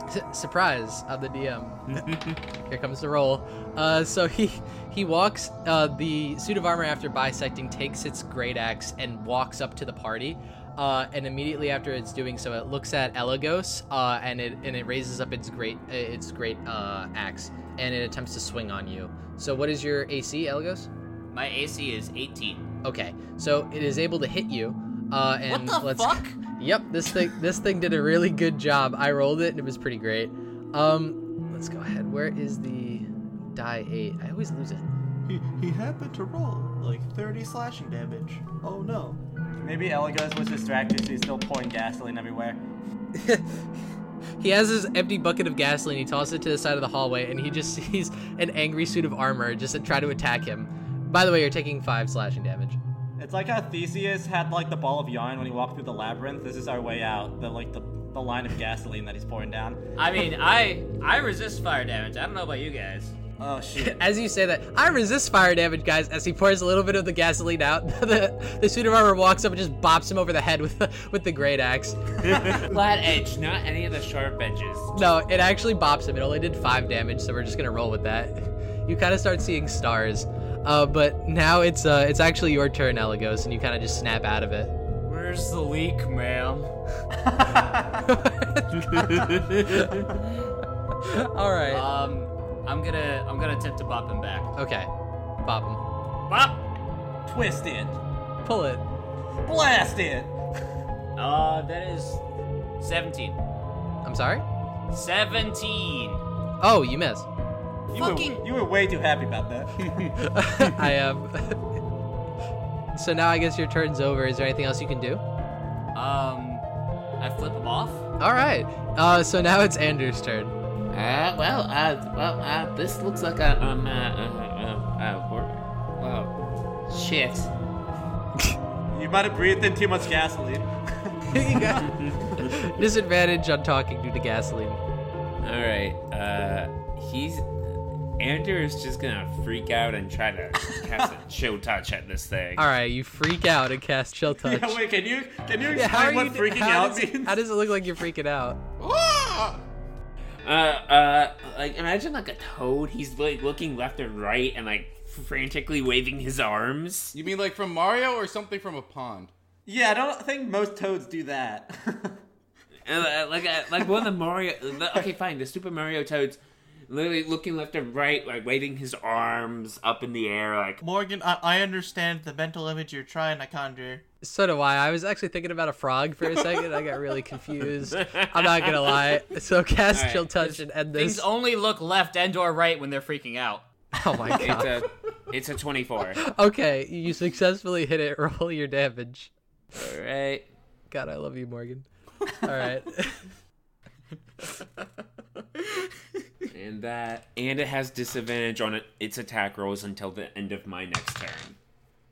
D: S- surprise of the DM. Here comes the roll. Uh, so he he walks. Uh, the suit of armor after bisecting takes its great axe and walks up to the party. Uh, and immediately after it's doing so, it looks at Elagos uh, and it and it raises up its great uh, its great uh, axe and it attempts to swing on you. So what is your AC, Elagos?
C: My AC is 18.
D: Okay, so it is able to hit you. Uh, and
C: What the
D: let's,
C: fuck?
D: Yep, this thing this thing did a really good job. I rolled it and it was pretty great. Um, let's go ahead. Where is the die eight? I always lose it.
B: He, he happened to roll like 30 slashing damage. Oh no.
E: Maybe Elagos was distracted, so he's still pouring gasoline everywhere.
D: He has his empty bucket of gasoline. He tosses it to the side of the hallway, and he just sees an angry suit of armor just to try to attack him. By the way, you're taking five slashing damage.
E: It's like how Theseus had like the ball of yarn when he walked through the labyrinth. This is our way out. The like the, the line of gasoline that he's pouring down.
C: I mean, I I resist fire damage. I don't know about you guys.
E: Oh shoot.
D: As you say that, I resist fire damage, guys. As he pours a little bit of the gasoline out, the, the suit of armor walks up and just bops him over the head with the, with the great axe.
I: Flat edge, not any of the sharp edges.
D: No, it actually bops him. It only did five damage, so we're just gonna roll with that. You kind of start seeing stars, uh, but now it's uh, it's actually your turn, Elagos, and you kind of just snap out of it.
C: Where's the leak, ma'am?
D: All right.
C: Um, I'm gonna I'm gonna attempt to bop him back.
D: Okay. Bop
C: Bop.
E: Twist it.
D: him. Pull it.
E: Blast it.
C: Uh, that is seventeen.
D: I'm sorry.
C: Seventeen.
D: Oh, you missed.
E: You Were, you were way too happy about that.
D: I am. so now I guess your turn's over. Is there anything else you can do?
C: Um, I flip him off.
D: All right. Uh, so now it's Andrew's turn.
I: Uh, well, uh, well, uh, this looks like a, um, uh, uh, uh, uh, wor- well, shit.
E: you might have breathed in too much gasoline.
D: You got- disadvantage on talking due to gasoline.
G: All right. Uh, he's Andrew is just gonna freak out and try to cast a chill touch at this thing.
D: All right, you freak out and cast chill touch.
E: Yeah, wait, can you can you explain
D: Yeah, how are
E: what
D: you do-
E: freaking
D: how
E: out
D: does,
E: means?
D: How does it look like you're freaking out?
F: Ah!
G: Uh, uh, like imagine like a toad. He's like looking left and right and like frantically waving his arms.
F: You mean like from Mario or something from a pond?
E: yeah, I don't think most toads do that.
G: Uh, like uh, like one of the Mario. the- okay, fine. The Super Mario toads. Literally looking left and right, like waving his arms up in the air, like
B: Morgan, I, I understand the mental image you're trying to conjure.
D: So do I. I was actually thinking about a frog for a second. I got really confused. I'm not gonna lie. So cast
G: right,
D: chill touch and end
C: Things
D: this.
C: only look left and or right when they're freaking out.
D: oh my
G: it's
D: god.
G: a, it's a twenty-four.
D: Okay, you successfully hit it. Roll your damage.
G: All right.
D: God, I love you, Morgan. All right.
G: And that, and it has disadvantage on it, its attack rolls until the end of my next turn,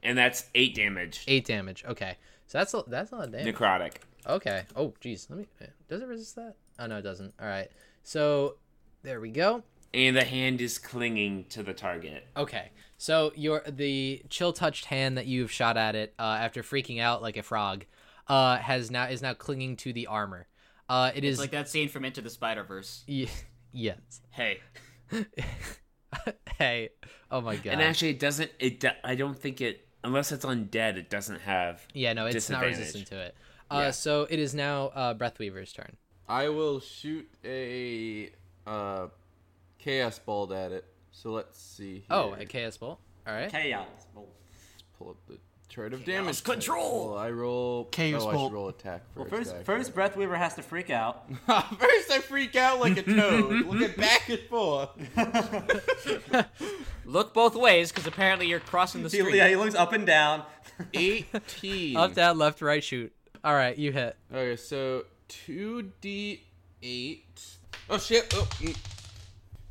G: and that's eight damage,
D: Eight damage. Okay. So that's a, that's a lot of damage.
G: necrotic.
D: Okay. Oh, jeez. Let me. Does it resist that? Oh no, it doesn't. All right. So there we go.
G: And the hand is clinging to the target.
D: Okay. So your the chill touched hand that you've shot at it uh, after freaking out like a frog uh, has now is now clinging to the armor. Uh, it
C: It's
D: is
C: like that scene from Into the Spider Verse.
D: y- yes.
C: Hey,
D: hey. Oh my god.
G: And actually, it doesn't. It. do- I don't think it. Unless it's undead, it doesn't have.
D: yeah. No, it's not
G: disadvantage.
D: resistant to it. Uh, So it is now uh, Breathweaver's turn.
F: I will shoot a uh, chaos bolt at it. So let's see. Here.
D: Oh, a KS bolt. All right.
E: Chaos. Well,
F: pull up the chart of damage. Control. I roll.
B: Chaos
F: oh, I
B: bolt.
F: should roll attack first.
E: well, first
F: actually.
E: first breath Weaver has to freak out.
F: first I freak out like a toad, looking back and forth.
C: look both ways because apparently you're crossing the
E: He,
C: street.
E: yeah, he looks up and down.
F: Eighteen.
D: Up, down, left, right, shoot. All right. You hit.
F: Okay, so two D eight. Oh shit! Oh, mm.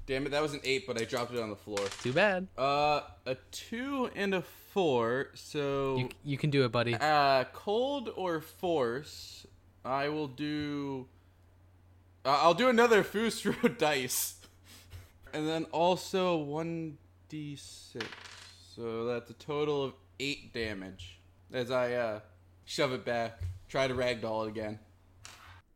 F: damn it! That was an eight, but I dropped it on the floor.
D: Too bad.
F: Uh, a two and a four. So
C: Oh.
D: You, you can do it, buddy.
F: Uh, cold or force? I will do. Uh, I'll do another Fustro dice, and then also one d six. So that's a total of eight damage as I uh, shove it back. Try to ragdoll it again.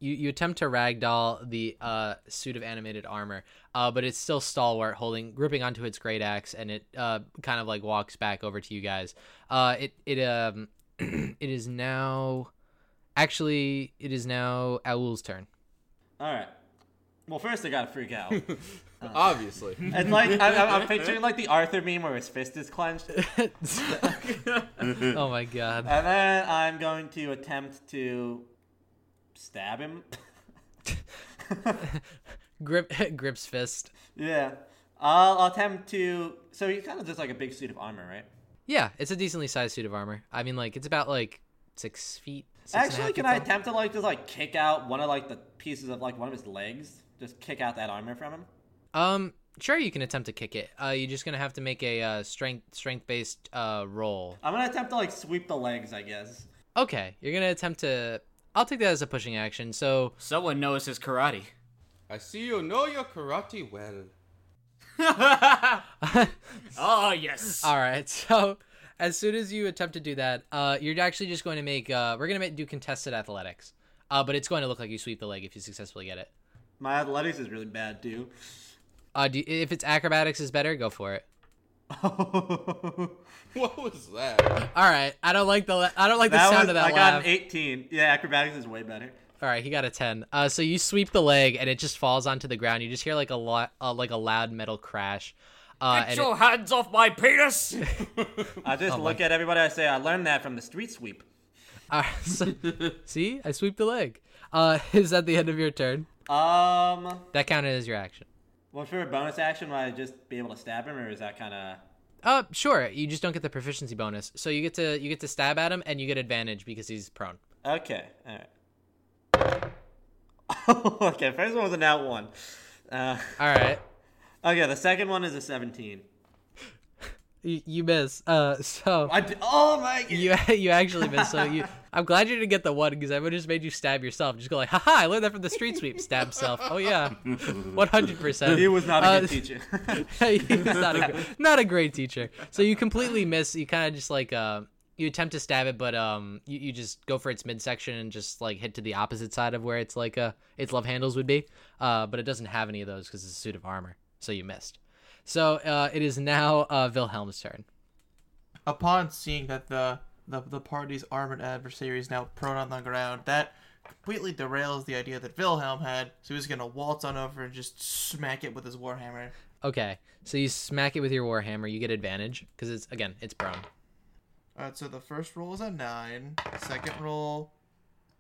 D: you, you attempt to ragdoll the uh, suit of animated armor, uh, but it's still stalwart, holding, gripping onto its great axe, and it uh, kind of like walks back over to you guys. Uh, it it um it is now, actually, it is now Aul's turn.
E: All right. Well, first I gotta freak out.
F: Obviously,
E: It's like I, I'm, I'm picturing like the Arthur meme where his fist is clenched, and
D: oh my god!
E: then I'm going to attempt to stab him.
D: Grip grips fist.
E: yeah, I'll attempt to. So he's kind of just like a big suit of armor, right?
D: Yeah, it's a decently sized suit of armor. I mean, like it's about like six feet. six and a
E: Actually,
D: half
E: can
D: feet
E: I
D: tall.
E: attempt to like just like kick out one of like the pieces of like one of his legs? Just kick out that armor from him.
D: Um, sure, you can attempt to kick it. Uh, you're just gonna have to make a uh, strength strength based uh roll.
E: I'm gonna attempt to like sweep the legs, I guess.
D: Okay, you're gonna attempt to. I'll take that as a pushing action. So
C: Someone knows his karate.
F: I see you know your karate well.
C: oh yes.
D: All right. So as soon as you attempt to do that, uh, you're actually just going to make. Uh, we're going to make, do contested athletics, uh, but it's going to look like you sweep the leg if you successfully get it.
E: My athletics is really bad too.
D: Uh, do, if it's acrobatics is better, go for it.
F: What was that?
D: All right. I don't like the. la- I don't like the
E: That
D: sound
E: was-
D: of that
E: I
D: laugh.
E: got an 18. Yeah, acrobatics is way better.
D: All right, he got a ten. Uh, so you sweep the leg, and it just falls onto the ground. You just hear like a lo- uh, like a loud metal crash. Uh,
H: Get
D: and
H: your
D: it,
H: hands off my penis!
E: I just look at everybody. I say, I learned that from the street sweep.
D: uh, so- see, I sweep the leg. Uh, is that the end of your turn?
E: Um,
D: That counted as your action.
E: well, for a bonus action, would I just be able to stab him, or is that kind of?
D: Uh, sure. You just don't get the proficiency bonus, so you get to you get to stab at him, and you get advantage because he's prone.
E: Okay, all right. okay, first one was an out one. Uh,
D: All right,
E: okay, the second one is a 17.
D: you, you miss. Uh, so
E: I d- oh my god!
D: you you actually miss. So you, I'm glad you didn't get the one because I would have just made you stab yourself. Just go like, haha! I learned that from the street sweep. Stab self. Oh yeah, one hundred percent.
E: He was not a
D: Uh,
E: good teacher.
D: He's not a, gr- not a great teacher. So you completely miss. You kind of just like uh, you attempt to stab it, but um, you, you just go for its midsection and just like hit to the opposite side of where it's like uh, its love handles would be. Uh, but it doesn't have any of those because it's a suit of armor. So you missed. So uh, it is now uh, Wilhelm's turn.
B: Upon seeing that the, the the party's armored adversary is now prone on the ground, that completely derails the idea that Wilhelm had. So he's gonna waltz on over and just smack it with his warhammer.
D: Okay, so you smack it with your warhammer. You get advantage because it's again it's prone.
B: All right, so the first roll is a nine. Second roll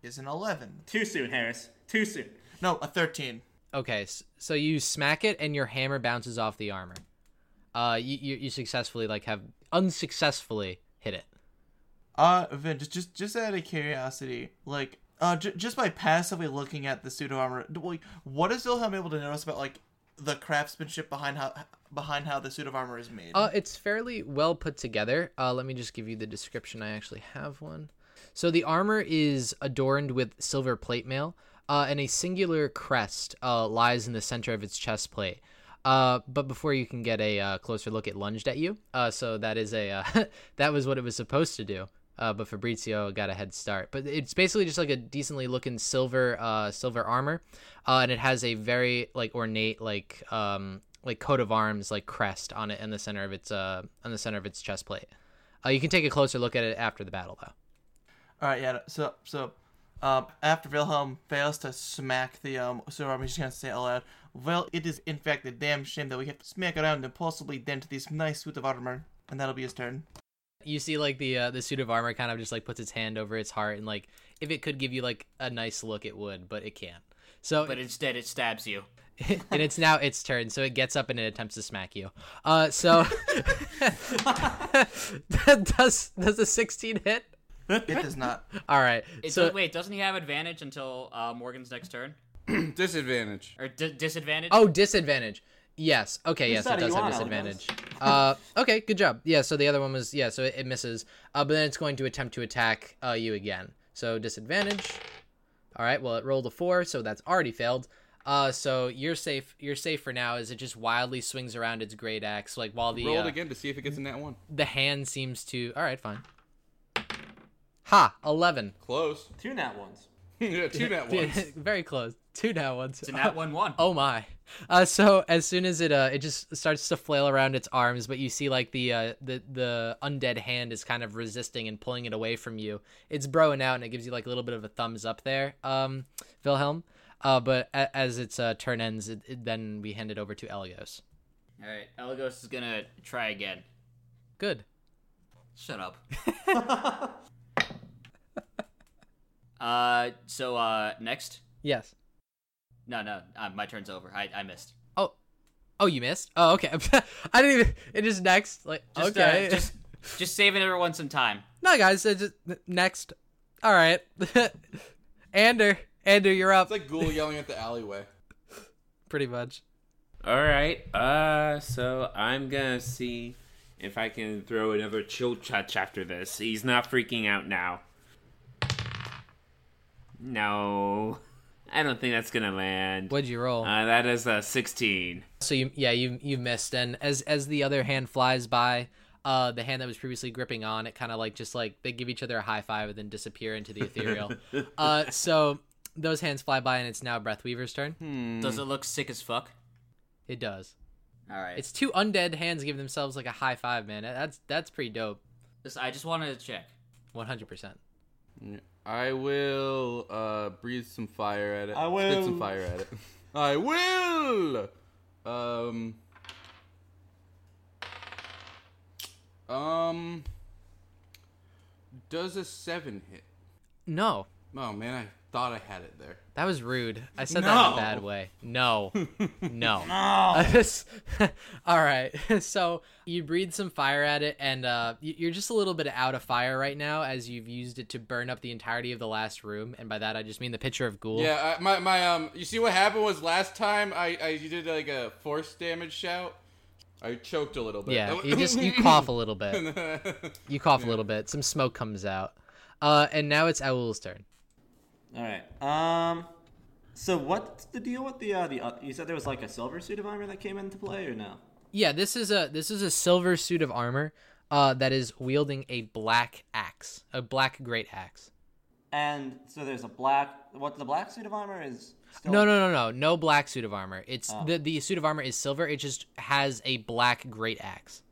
B: is an eleven.
E: Too soon, Harris. Too soon.
B: No, a thirteen.
D: Okay, s- so you smack it and your hammer bounces off the armor. Uh, you you, you successfully like have unsuccessfully hit it.
B: Uh, Vin, just just just out of curiosity, like, uh, j- just by passively looking at the pseudo armor, d- like, what is Wilhelm able to notice about like the craftsmanship behind how behind how the suit of armor is made?
D: Uh, it's fairly well put together. Uh, let me just give you the description. I actually have one. So the armor is adorned with silver plate mail, uh, and a singular crest uh, lies in the center of its chest plate. Uh, but before you can get a uh, closer look, it lunged at you. Uh, so that is a uh, that was what it was supposed to do. Uh, but Fabrizio got a head start. But it's basically just like a decently looking silver uh, silver armor, uh, and it has a very like ornate like um, like coat of arms like crest on it in the center of its uh on the center of its chest plate. Uh, you can take a closer look at it after the battle though.
B: All right, yeah. So so, um, after Wilhelm fails to smack the um pseudo armor, he's just gonna say out loud, "Well, it is in fact a damn shame that we have to smack around and possibly dent this nice suit of armor." And that'll be his turn.
D: You see like the uh, the suit of armor kind of just like puts its hand over its heart and like if it could give you like a nice look it would, but it can't. So
C: But instead, it stabs you.
D: and it's now its turn, so it gets up and it attempts to smack you. Uh so that does does a 16 hit?
B: It does not.
D: All right.
C: It
D: so
C: does- wait, doesn't he have advantage until uh, Morgan's next turn
F: Disadvantage.
C: or d- disadvantage?
D: Oh, disadvantage. Yes. Okay. yes, it
E: side are
D: does
E: you
D: have
E: on,
D: disadvantage. uh, okay. Good job. Yeah. So the other one was yeah. So it, it misses. Uh, but then it's going to attempt to attack uh, you again. So disadvantage. All right. Well, it rolled a four, so that's already failed. Uh, so you're safe. You're safe for now. As it just wildly swings around its great axe, like while the
F: Roll
D: uh,
F: it again to see if it gets in that one.
D: the hand seems to. All right. Fine. Ha! Eleven.
F: Close.
E: Two nat ones.
F: yeah, two net ones.
D: Very close. Two now ones.
C: It's a nat one one.
D: Oh my! Uh, so as soon as it uh, it just starts to flail around its arms, but you see like the uh, the the undead hand is kind of resisting and pulling it away from you. It's broing out, and it gives you like a little bit of a thumbs up there, um, Wilhelm. Uh, but a- as its uh, turn ends, it, it- then we hand it over to Elagos.
C: All right, Elagos is gonna try again.
D: Good.
C: Shut up. uh, so uh, next?
D: Yes.
C: No, no, uh, my turn's over. I, I missed.
D: Oh, oh, you missed. Oh, okay. I didn't even. It just next. Like
C: Just, uh,
D: okay.
C: just, just saving everyone some time.
D: No, guys. It's just, next. All right. Ander, Ander, you're up.
F: It's like Ghoul yelling at the alleyway.
D: pretty much.
G: All right. Uh, so I'm gonna see if I can throw another chill touch after this. He's not freaking out now. No. I don't think that's gonna land.
D: What'd you roll?
G: Uh, that is a sixteen.
D: So you yeah you you missed and as as the other hand flies by, uh the hand that was previously gripping on it kind of like just like they give each other a high five and then disappear into the ethereal. uh so those hands fly by and it's now Breathweaver's turn.
C: Does it look sick as fuck?
D: It does.
C: All right.
D: It's two undead hands giving themselves like a high five, man. That- That's that's pretty dope.
C: This- I just wanted to check.
D: One hundred percent.
F: I will uh, breathe some fire at it.
E: I
F: Spit
E: will.
F: some fire at it. I will. Um. Um. Does a seven hit?
D: No,
F: Oh man, I thought I had it there.
D: that was rude. I said that in a
F: No.
D: bad way. No, no. no. All right. So you breathe some fire at it, and uh, y- you're just a little bit out of fire right now, as you've used it to burn up the entirety of the last room. And by that, I just mean the picture of Ghoul.
F: Yeah, I, my my um. You see what happened was last time I I you did like a force damage shout. I choked a little bit.
D: Yeah, you just you cough a little bit. You cough a little bit. Some smoke comes out, uh, and now it's Owl's turn.
E: All right. Um. So what's the deal with the uh, the uh, you said there was like a silver suit of armor that came into play or no?
D: Yeah, this is a this is a silver suit of armor uh, that is wielding a black axe, a black great axe.
E: And so there's a black. What the black suit of armor is? Still
D: No, no, no, no, no black suit of armor. It's the the suit of armor is silver. It just has a black great axe.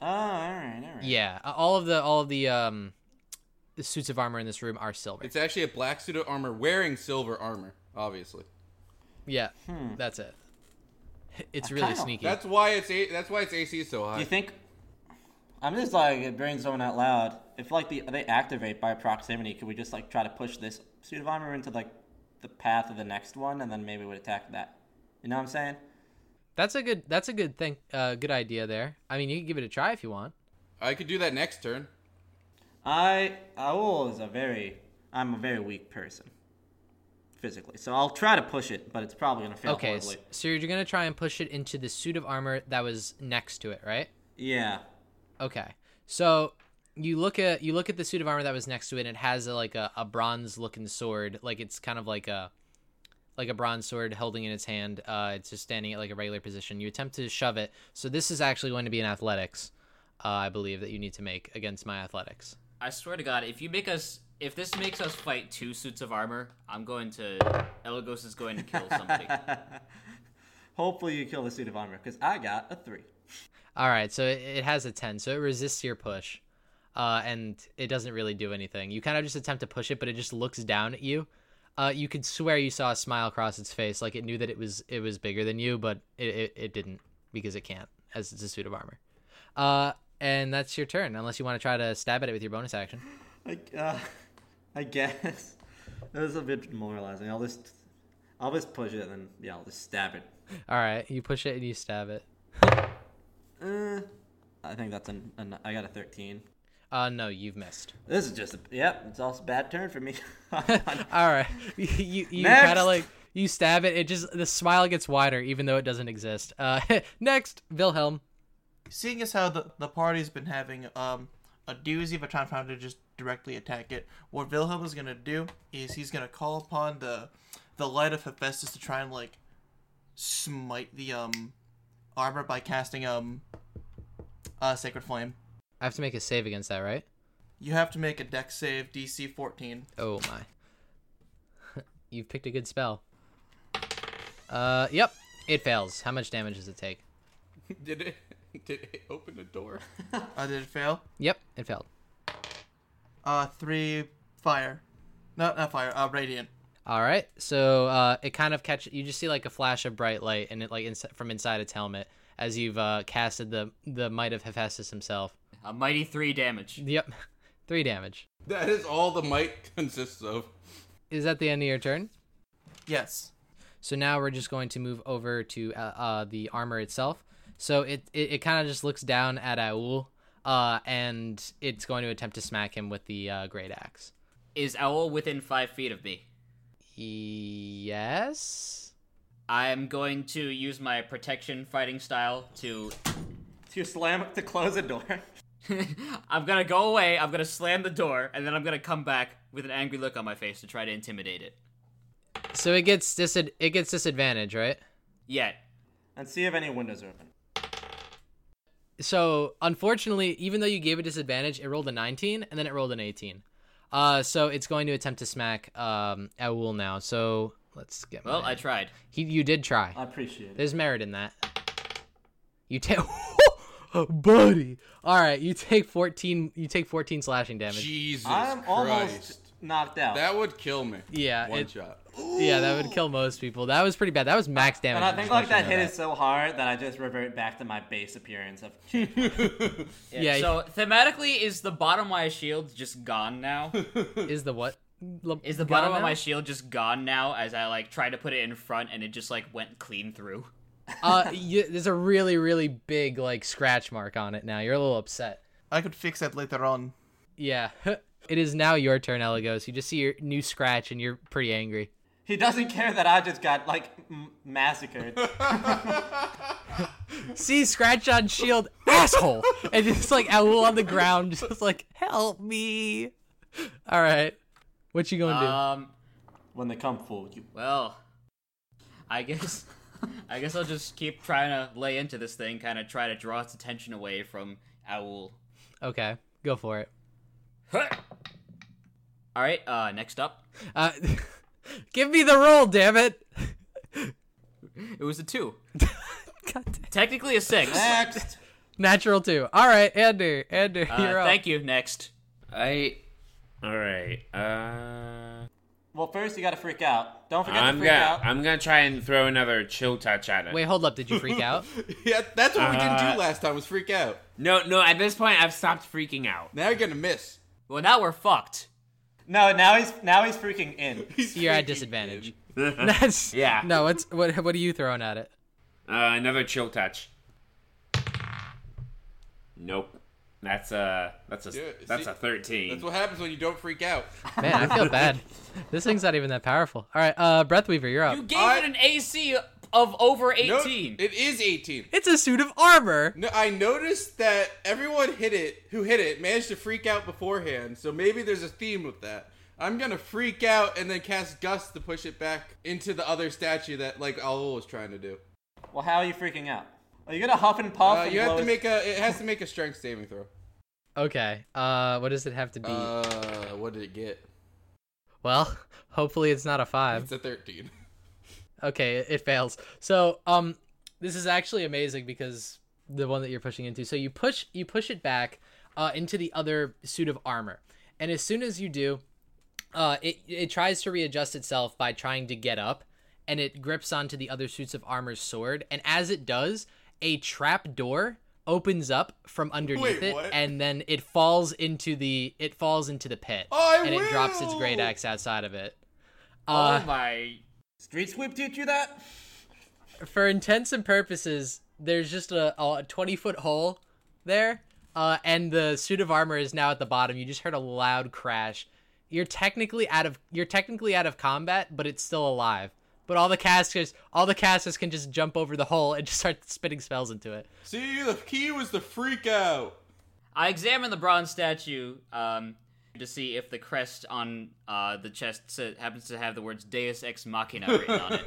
E: Oh, all right, all right.
D: Yeah, uh, all of the all of the um the suits of armor in this room are silver.
F: It's actually a black suit of armor wearing silver armor, obviously.
D: yeah, that's it. It's really
E: kinda-
D: sneaky.
F: That's why it's a- that's why its AC is so
E: Do
F: high.
E: you think? I'm just like brainstorming out loud. If like the they activate by proximity, could we just like try to push this suit of armor into like the path of the next one, and then maybe would attack that? You know what I'm saying?
D: That's a good that's a good thing. Uh, good idea there. I mean, you can give it a try if you want.
F: I could do that next turn.
E: I Owl is a very I'm a very weak person physically, so I'll try to push it, but it's probably gonna fail
D: Okay, s-
E: horribly.
D: so you're gonna try and push it into the suit of armor that was next to it, right?
E: Yeah.
D: Okay. So you look at you look at the suit of armor that was next to it and it has a, like a, a bronze looking sword. Like it's kind of like a like a bronze sword holding in its hand. Uh it's just standing at like a regular position. You attempt to shove it. So this is actually going to be an athletics, uh, I believe, that you need to make against my athletics.
C: I swear to God, if you make us, if this makes us fight two suits of armor, I'm going to. Elagos is going to kill somebody.
E: Hopefully you kill the suit of armor, because I got a three.
D: Alright, so it, it has a ten, so it resists your push. Uh, and it doesn't really do anything. You kind of just attempt to push it, but it just looks down at you. Uh, you could swear you saw a smile cross its face, like it knew that it was it was bigger than you, but it, it, it didn't because it can't, as it's a suit of armor. Uh, and that's your turn, unless you want to try to stab at it with your bonus action.
E: I, uh, I guess this is a bit demoralizing. I'll just I'll just push it and then yeah, I'll just stab it.
D: All right, you push it and you stab it.
E: Uh, I think that's an, an I got a thirteen.
D: Uh, no, you've missed.
E: This is just a, yep. It's also a bad turn for me.
D: All right, you you kind
E: Next!
D: of like you stab it. It just the smile gets wider, even though it doesn't exist. Uh, next, Wilhelm.
B: seeing as how the, the party's been having um a doozy of a time trying to just directly attack it, what Wilhelm is gonna do is he's gonna call upon the the light of Hephaestus to try and like smite the um armor by casting um uh sacred flame.
D: I have to make a save against that, right?
B: You have to make a deck save DC fourteen.
D: Oh my. You've picked a good spell. Uh, yep. It fails. How much damage does it take?
F: Did it? Did it open the door?
B: Uh did it fail?
D: Yep, it failed.
B: Uh three fire. No not fire, uh radiant.
D: All right. So uh, it kind of catch. You just see like a flash of bright light, and it like ins- from inside its helmet as you've uh, casted the the might of Hephaestus himself.
C: A mighty three damage.
D: Yep, three damage.
F: That is all the might consists of.
D: Is that the end of your turn?
B: Yes.
D: So now we're just going to move over to uh, uh, the armor itself. So it it, it kind of just looks down at Aul, uh, and it's going to attempt to smack him with the uh, great axe.
C: Is Owl within five feet of me?
D: Yes.
C: I'm going to use my protection fighting style to.
E: to slam to close a door.
C: I'm gonna go away, I'm gonna slam the door, and then I'm gonna come back with an angry look on my face to try to intimidate it.
D: So it gets dis- it gets disadvantage, right?
C: Yet.
E: And see if any windows are open.
D: So unfortunately, even though you gave it disadvantage, it rolled a 19 and then it rolled an 18. Uh, so it's going to attempt to smack um Aul now. So let's get.
C: Well,
D: my-
C: I tried.
D: he you did try.
E: I appreciate it.
D: There's merit in that. You take, Uh, buddy. All right, you take 14. You take 14 slashing damage.
F: Jesus
E: I'm
F: Christ.
E: almost knocked out.
F: That would kill me.
D: Yeah,
F: One
D: it-
F: shot.
D: Yeah, that would kill most people. That was pretty bad. That was max damage.
E: and I think
D: just want
E: like
D: you to
E: that
D: know
E: hit is so hard that I just revert back to my base appearance of
D: Yeah.
C: So thematically, is the bottom of my shield just gone now?
D: is the what? Lump-
C: Is the
D: gun
C: bottom of
D: now?
C: my shield just gone now? As I like tried to put it in front, and it just like went clean through.
D: uh, you, there's a really really big like scratch mark on it now. You're a little upset.
B: I could fix that later on.
D: Yeah. It is now your turn, Eligos. You just see your new scratch and you're pretty angry.
E: He doesn't care that I just got like m- massacred.
D: See scratch on shield, asshole, and just like Owl on the ground, just like help me. All right, what you gonna do?
C: Um.
E: when they come forward, you
C: Well, I guess I guess I'll just keep trying to lay into this thing, kind of try to draw its attention away from Owl.
D: okay, go for it.
C: All right. Uh, next up,
D: Uh, give me the roll, damn it.
C: it was a two,
D: God damn.
C: technically a six.
E: next.
D: Natural two. All right, Andrew, Andrew,
C: Uh,
D: you're up.
C: thank you. Next.
G: I. All right. Uh,
E: Well, first you got to freak out. Don't forget
G: I'm
E: to
G: gonna
E: freak out.
G: I'm gonna try and throw another chill touch at it.
D: Wait, hold up. Did you freak out?
F: Yeah, that's what we didn't
G: Uh,
F: do last time was freak out.
G: No, no. At this point, I've stopped freaking out.
F: Now you're gonna miss.
C: Well, now we're fucked.
E: No, now he's now he's freaking in.
D: You're at disadvantage. That's
G: Yeah.
D: No, it's what? What are you throwing at it?
G: Uh, another chill touch. Nope. That's a that's a
F: Dude,
G: that's
F: see-
G: a thirteen.
F: That's what happens when you don't freak out.
D: Man, I feel bad. This thing's not even that powerful. All right, uh, Breathweaver, you're up.
C: You gave
F: I-
C: it an AC of over
F: No,
C: eighteen.
F: it is 18.
D: It's a suit of armor.
F: No, I noticed that everyone hit it who hit it managed to freak out beforehand, so maybe there's a theme with that. I'm gonna freak out and then cast Gust to push it back into the other statue that like Alul was trying to do.
E: Well, how are you freaking out? Are you gonna huff and puff?
F: Uh,
E: and
F: you have
E: blow
F: to
E: his-
F: make a. It has to make a strength saving throw.
D: Okay. Uh, what does it have to be?
F: Uh, what did it get?
D: well, hopefully it's not a five.
F: It's a 13.
D: Okay, it, it fails. So, um, this is actually amazing because the one that you're pushing into. So you push you push it back uh, into the other suit of armor, and as soon as you do, uh, it it tries to readjust itself by trying to get up, and it grips onto the other suits of armor's sword. And as it does, a trap door opens up from underneath
F: Wait,
D: it,
F: what?
D: and then it falls into the it falls into the pit,
F: I
D: and it drops its
F: will!
D: great axe outside of it.
C: oh my!
E: Street sweep teach you that?
D: for intents and purposes, there's just a, a 20 foot hole there, uh, and the suit of armor is now at the bottom. You just heard a loud crash. You're technically out of you're technically out of combat, but it's still alive. But all the casters all the casters can just jump over the hole and just start spitting spells into it.
F: See, the key was the freak out.
C: I examined the bronze statue um, to see if the crest on uh, the chest sa- happens to have the words Deus Ex Machina written on it.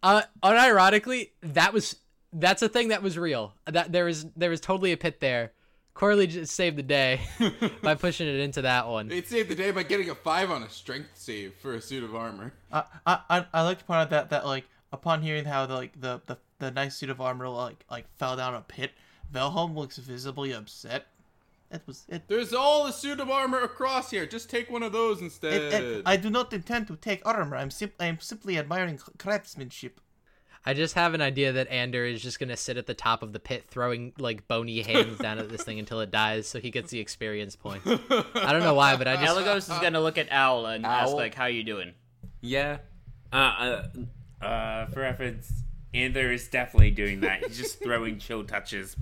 D: Uh, unironically, that was that's a thing that was real. That there was there was totally a pit there. Corley just saved the day by pushing it into that one.
F: It saved the day by getting a five on a strength save for a suit of armor.
B: I I I I like to point out that that like upon hearing how the like the the, the nice suit of armor like like fell down a pit, Velholm looks visibly upset. It was it.
F: There's all the suit of armor across here. Just take one of those instead.
B: it, it I do not intend to take armor. I'm sim- I'm simply admiring craftsmanship.
D: I just have an idea that Ander is just gonna sit at the top of the pit, throwing like bony hands down at this thing until it dies, so he gets the experience points. I don't know why, but I just
C: Elagos is gonna look at Owl and ask
F: Owl?
C: like, "How you doing?"
G: Yeah. Uh, uh, uh, for reference, Anther is definitely doing that. He's just throwing chill touches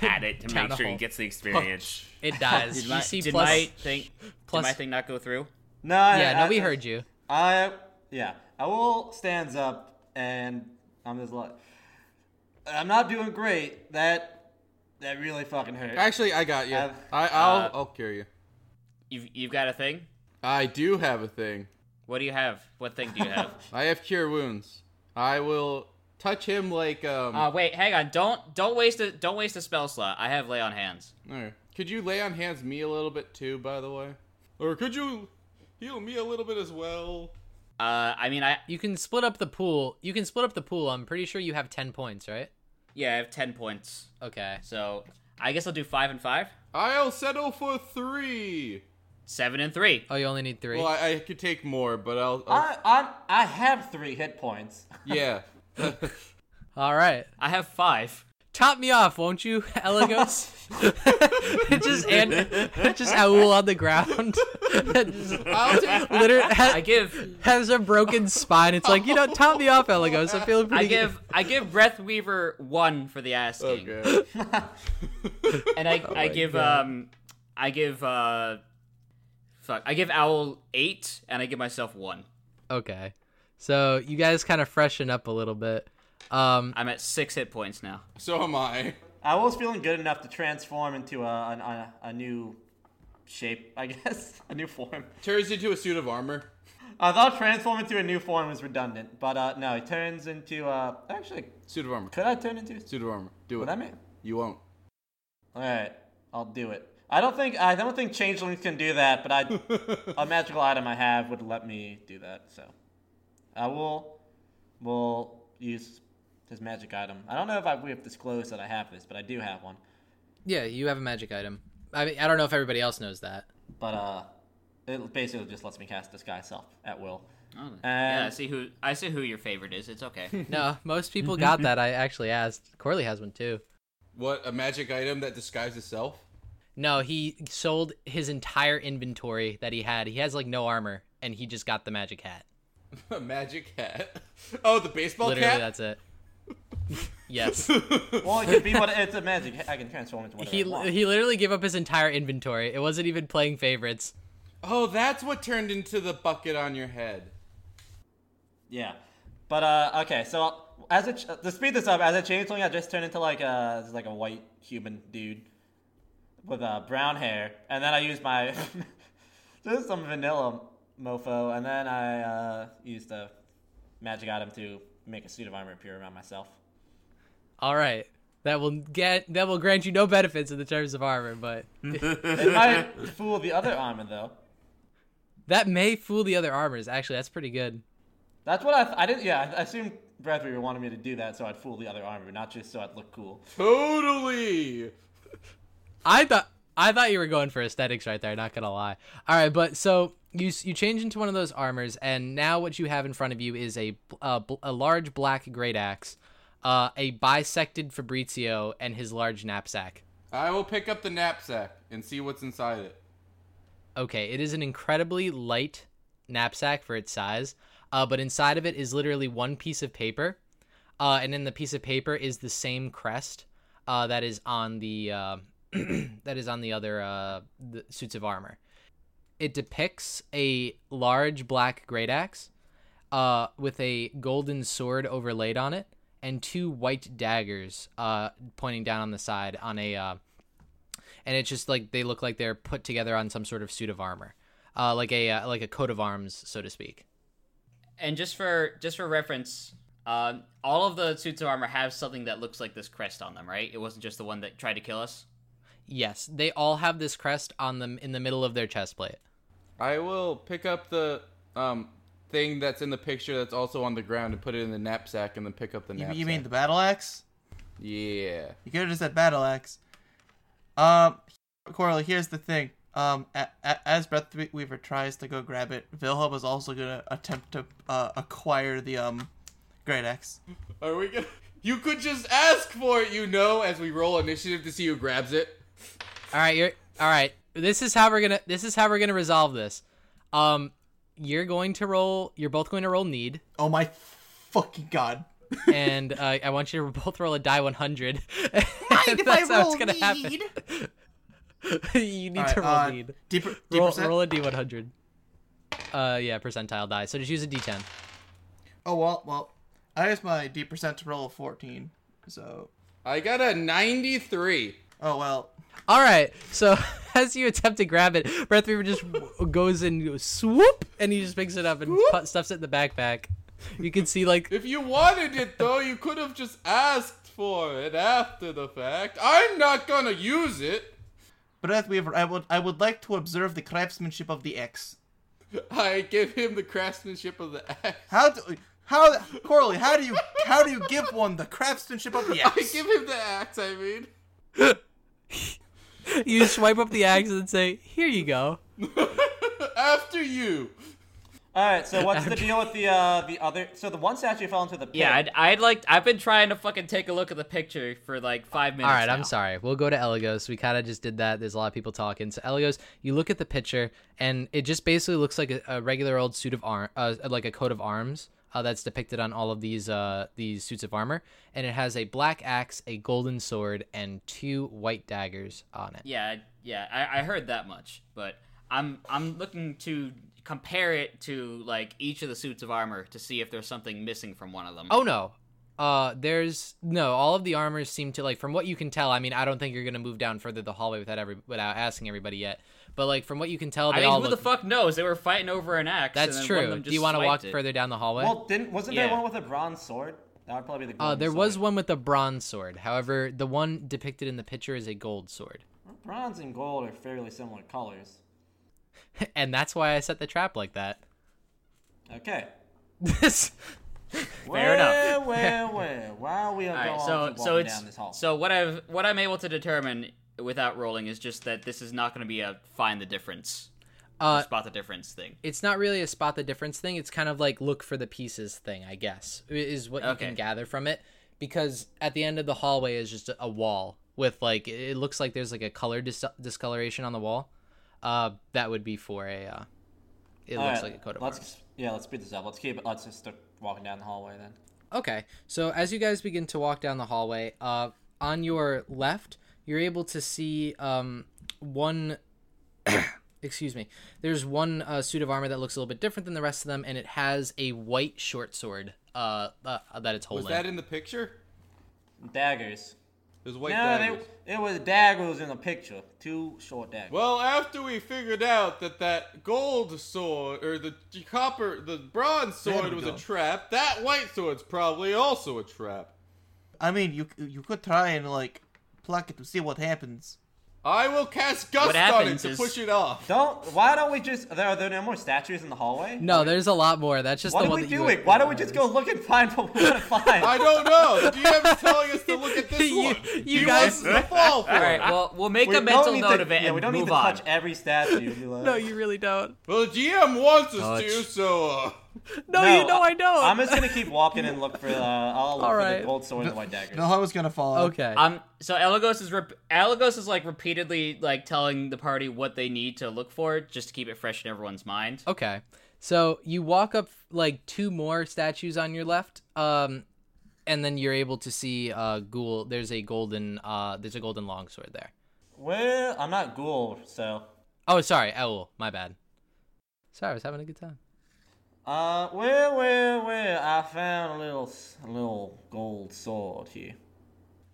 G: at it to
D: Down
G: make
D: a
G: sure he
D: hole.
G: gets the experience.
D: it dies.
C: Did
D: You
C: my,
D: see,
C: did
D: plus-
C: my thing?
D: plus-
C: did my thing not go through?
E: No. I-
D: yeah, no,
E: I-
D: we heard you.
E: I yeah. Owl stands up and I'm just like, I'm not doing great. That that really fucking hurt.
F: Actually, I got you.
E: I've-
F: I, I'll, I'll cure you.
C: You've you've got a thing?
F: I do have a thing.
C: What do you have? What thing do you have?
F: I have cure wounds. I will touch him like um.
C: uh, wait, hang on. Don't don't waste a don't waste a spell slot. I have lay on hands.
F: alright. Could you lay on hands me a little bit too, by the way? Or could you heal me a little bit as well?
C: Uh, I mean, I
D: You can split up the pool. You can split up the pool. I'm pretty sure you have 10 points, right?
C: yeah, I have ten points.
D: Okay.
C: So I guess I'll do five and five,
F: I'll settle for three.
C: seven and three.
D: Oh, you only need three.
F: Well, I, I could take more, but I'll. I'll
E: I I'm, I have three hit points.
F: yeah.
D: All right.
C: I have five.
D: Top me off, won't you, Elagos? just and just Owl on the ground. just, literally
C: I
D: ha-
C: give
D: has a broken spine. It's like you know, top me off, Elagos. I feel pretty.
C: I give I give Breath Weaver one for the asking,
F: Okay. Oh
C: and I I give um I give uh fuck I give Owl eight, and I give myself one.
D: Okay, so you guys kind of freshen up a little bit. Um,
C: I'm at six hit points now.
F: so am I.
E: I was feeling good enough to transform into a, an- a, a new shape, I guess, a new form.
F: Turns into a suit of armor.
E: I thought transform into a new form was redundant, but uh, no, it turns into uh, actually,
F: Suit of armor.
E: could I turn into?
F: Suit of armor. Do it.
E: Would I make?
F: You won't.
E: All right, I'll do it. I don't think I don't think changelings can do that, but I a magical item I have would let me do that. So I will will use this magic item. I don't know if I, we have disclosed that I have this, but I do have one.
D: yeah, you have a magic item. I mean, I don't know if everybody else knows that.
E: But uh, it basically just lets me cast disguise self at will.
C: Oh, yeah, I
E: And-
C: see who I see who your favorite is. It's okay.
D: No, most people got that. I actually asked. Corley has one too.
F: What? A magic item that disguises itself?
D: No, he sold his entire inventory that he had. He has like no armor, and he just got the magic hat.
F: a magic hat. Oh, the baseball
D: Literally,
F: cap.
D: that's it. yes,
E: Well, it could be what it's a magic. I can transform into whatever.
D: he
E: I want.
D: he literally gave up his entire inventory. It wasn't even playing favorites.
F: Oh, that's what turned into the bucket on your head.
E: Yeah, but uh, okay. So as a ch- to speed this up, as a changeling, I just turned into like a just like a white human dude with uh, brown hair, and then I used my just some vanilla mofo, and then I uh, used a magic item to make a suit of armor appear around myself.
D: All right, that will get that will grant you no benefits in the terms of armor, but
E: It might fool the other armor though.
D: that may fool the other armors. Actually, that's pretty good.
E: That's what I th- I didn't. Yeah, I assumed Breathweaver wanted me to do that so I'd fool the other armor, not just so I'd look cool.
F: Totally.
D: I thought I thought you were going for aesthetics right there. Not gonna lie. All right, but so you s- you change into one of those armors, and now what you have in front of you is a bl- a, bl- a large black great axe, uh, a bisected Fabrizio, and his large knapsack.
F: I will pick up the knapsack and see what's inside it.
D: Okay, it is an incredibly light knapsack for its size, uh, but inside of it is literally one piece of paper, uh, and in the piece of paper is the same crest uh, that is on the uh, that is on the other uh, the suits of armor. It depicts a large black great axe uh, with a golden sword overlaid on it and two white daggers uh, pointing down on the side on a uh, and it's just like they look like they're put together on some sort of suit of armor, uh, like a uh, like a coat of arms, so to speak.
C: and just for just for reference, um, all of the suits of armor have something that looks like this crest on them, right? It wasn't just the one that tried to kill us.
D: Yes, they all have this crest on them in the middle of their chest plate.
F: I will pick up the um thing that's in the picture that's also on the ground and put it in the knapsack and then pick up the
B: You,
F: knapsack.
B: you mean the battle axe?
F: Yeah.
B: You could have just said battle axe. Um, Corley, here's the thing. Um, a- a- as Breathweaver tries to go grab it, Vilhelm is also gonna attempt to uh, acquire the um, great axe.
F: Are we gonna? You could just ask for it, you know, as we roll initiative to see who grabs it.
D: All right, you're all right. This is how we're gonna this is how we're gonna resolve this. Um, you're going to roll. You're both going to roll need,
B: Oh my fucking god!
D: and uh, I want you to both roll a die 100.
B: if
D: That's
B: I
D: how it's
B: roll
D: gonna happen.
B: need?
D: you need
B: All
D: to roll
B: right, uh,
D: need.
B: Deeper, deeper
D: Roll, roll a d100. Uh, yeah, percentile die. So just use a d10.
B: Oh well, well, I used my D percent to roll a fourteen. So,
F: I got a ninety-three.
B: oh well.
D: All right. So as you attempt to grab it, Breath Reaper just goes and swoop, and he just picks it up and pu- stuffs it in the backpack. You can see like
F: If you wanted it though, you could have just asked for it after the fact. I'm not gonna use it.
B: Breath Weaver, I would I would like to observe the craftsmanship of the X.
F: I give him the craftsmanship of the axe.
B: How do how Corley, how do you how do you give one the craftsmanship of the
F: I
B: X?
F: give him the axe. I mean,
D: you swipe up the axe and say, "Here you go."
F: after you.
E: All right, so what's the deal with the uh, the other? So the one statue fell into the pit.
C: Yeah, I'd, I'd like. I've been trying to fucking take a look at the picture for like five minutes.
D: All right,
C: now.
D: I'm sorry. We'll go to Elagos. We kind of just did that. There's a lot of people talking. So Elagos, you look at the picture, and it just basically looks like a, a regular old suit of arm, uh, like a coat of arms uh, that's depicted on all of these uh, these suits of armor, and it has a black axe, a golden sword, and two white daggers on it.
C: Yeah, yeah, I, I heard that much, but I'm I'm looking to compare it to like each of the suits of armor to see if there's something missing from one of them.
D: Oh no. Uh, there's no all of the armors seem to like from what you can tell. I mean, I don't think you're gonna move down further the hallway without every without asking everybody yet. But like from what you can tell, they
C: I
D: all
C: mean, who the
D: look.
C: fuck knows? They were fighting over an axe. and
D: that's
C: then one of
D: true.
C: them
D: Do
C: just
D: you want to walk
C: swiped it.
D: further down the hallway?
E: Well, didn't wasn't there
C: Yeah.
E: one with a bronze sword? That would probably be the.
D: Uh,
E: golden
D: there
E: sword.
D: was one with a bronze sword. However, the one depicted in the picture is a gold sword.
E: Bronze and gold are fairly similar colors.
D: and that's why I set the trap like that.
E: Okay.
D: This
E: Fair
C: enough.
E: Well, well, while we are
C: All right,
E: going
C: so
E: to
C: so
E: walk
C: it's
E: down this hall.
C: so what I've what I'm able to determine without rolling is just that this is not going to be a find the difference,
D: Uh,
C: or spot the difference thing.
D: it's not really a spot the difference thing. It's kind of like look for the pieces thing, I guess, i- is what you
C: Okay.
D: can gather from it. Because at the end of the hallway is just a wall with like it looks like there's like a color dis- discoloration on the wall. Uh, that would be for a. Uh, it
E: All
D: looks
E: right,
D: like a coat of
E: let's,
D: arms.
E: Yeah, let's speed this up. Let's keep it. Let's just start walking down the hallway then.
D: Okay, so as you guys begin to walk down the hallway, uh, on your left, you're able to see um, one. excuse me. There's one uh, suit of armor that looks a little bit different than the rest of them, and it has a white short sword uh, uh, that it's
F: Was
D: holding.
F: that in the picture?
E: Daggers.
F: There's white
E: no,
F: daggers.
E: they, it was daggers in the picture. Two short daggers.
F: Well, after we figured out that that gold sword or the j- copper, the bronze sword
B: we
F: was
B: go.
F: a trap, that white sword's probably also a trap.
B: I mean, you you could try and like pluck it to see what happens.
F: I will cast gust on it
C: happens
F: to
C: is-
F: push it off.
E: Don't. Why don't we just? There are there no more statues in the hallway?
D: no, there's a lot more. That's just
E: What
D: the
E: are
D: one
E: we
D: that you
E: doing? Why don't we just go look and find what we want to find?
F: I don't know. DM's telling us to look at this
D: You-
F: one.
D: you
F: he
D: guys-
F: wants us to fall for
C: All right,
F: it.
C: well we'll make
E: We
C: a
E: don't
C: mental
E: need
C: note
E: to-
C: of it
E: Yeah,
C: and
E: we don't
C: move
E: need to
C: on.
E: touch every statue. You
D: No, you really don't.
F: Well, the GM wants us to,
D: Touch.
F: so uh,
D: No, you know I don't.
E: I'm just gonna keep walking and look for. Uh, I'll look
D: All
E: for
D: right.
E: the gold sword and the white dagger.
B: Noah's gonna follow.
D: okay.
C: Um, so Elagos is rep- Elagos is like repeatedly like telling the party what they need to look for just to keep it fresh in everyone's mind.
D: Okay. So you walk up like two more statues on your left, um, and then you're able to see uh ghoul there's a golden uh there's a golden longsword there.
E: Well, I'm not ghoul, so.
D: Oh sorry, Owl, my bad. Sorry, I was having a good time.
E: Uh, well, well, well. I found a little, s- a little gold sword here.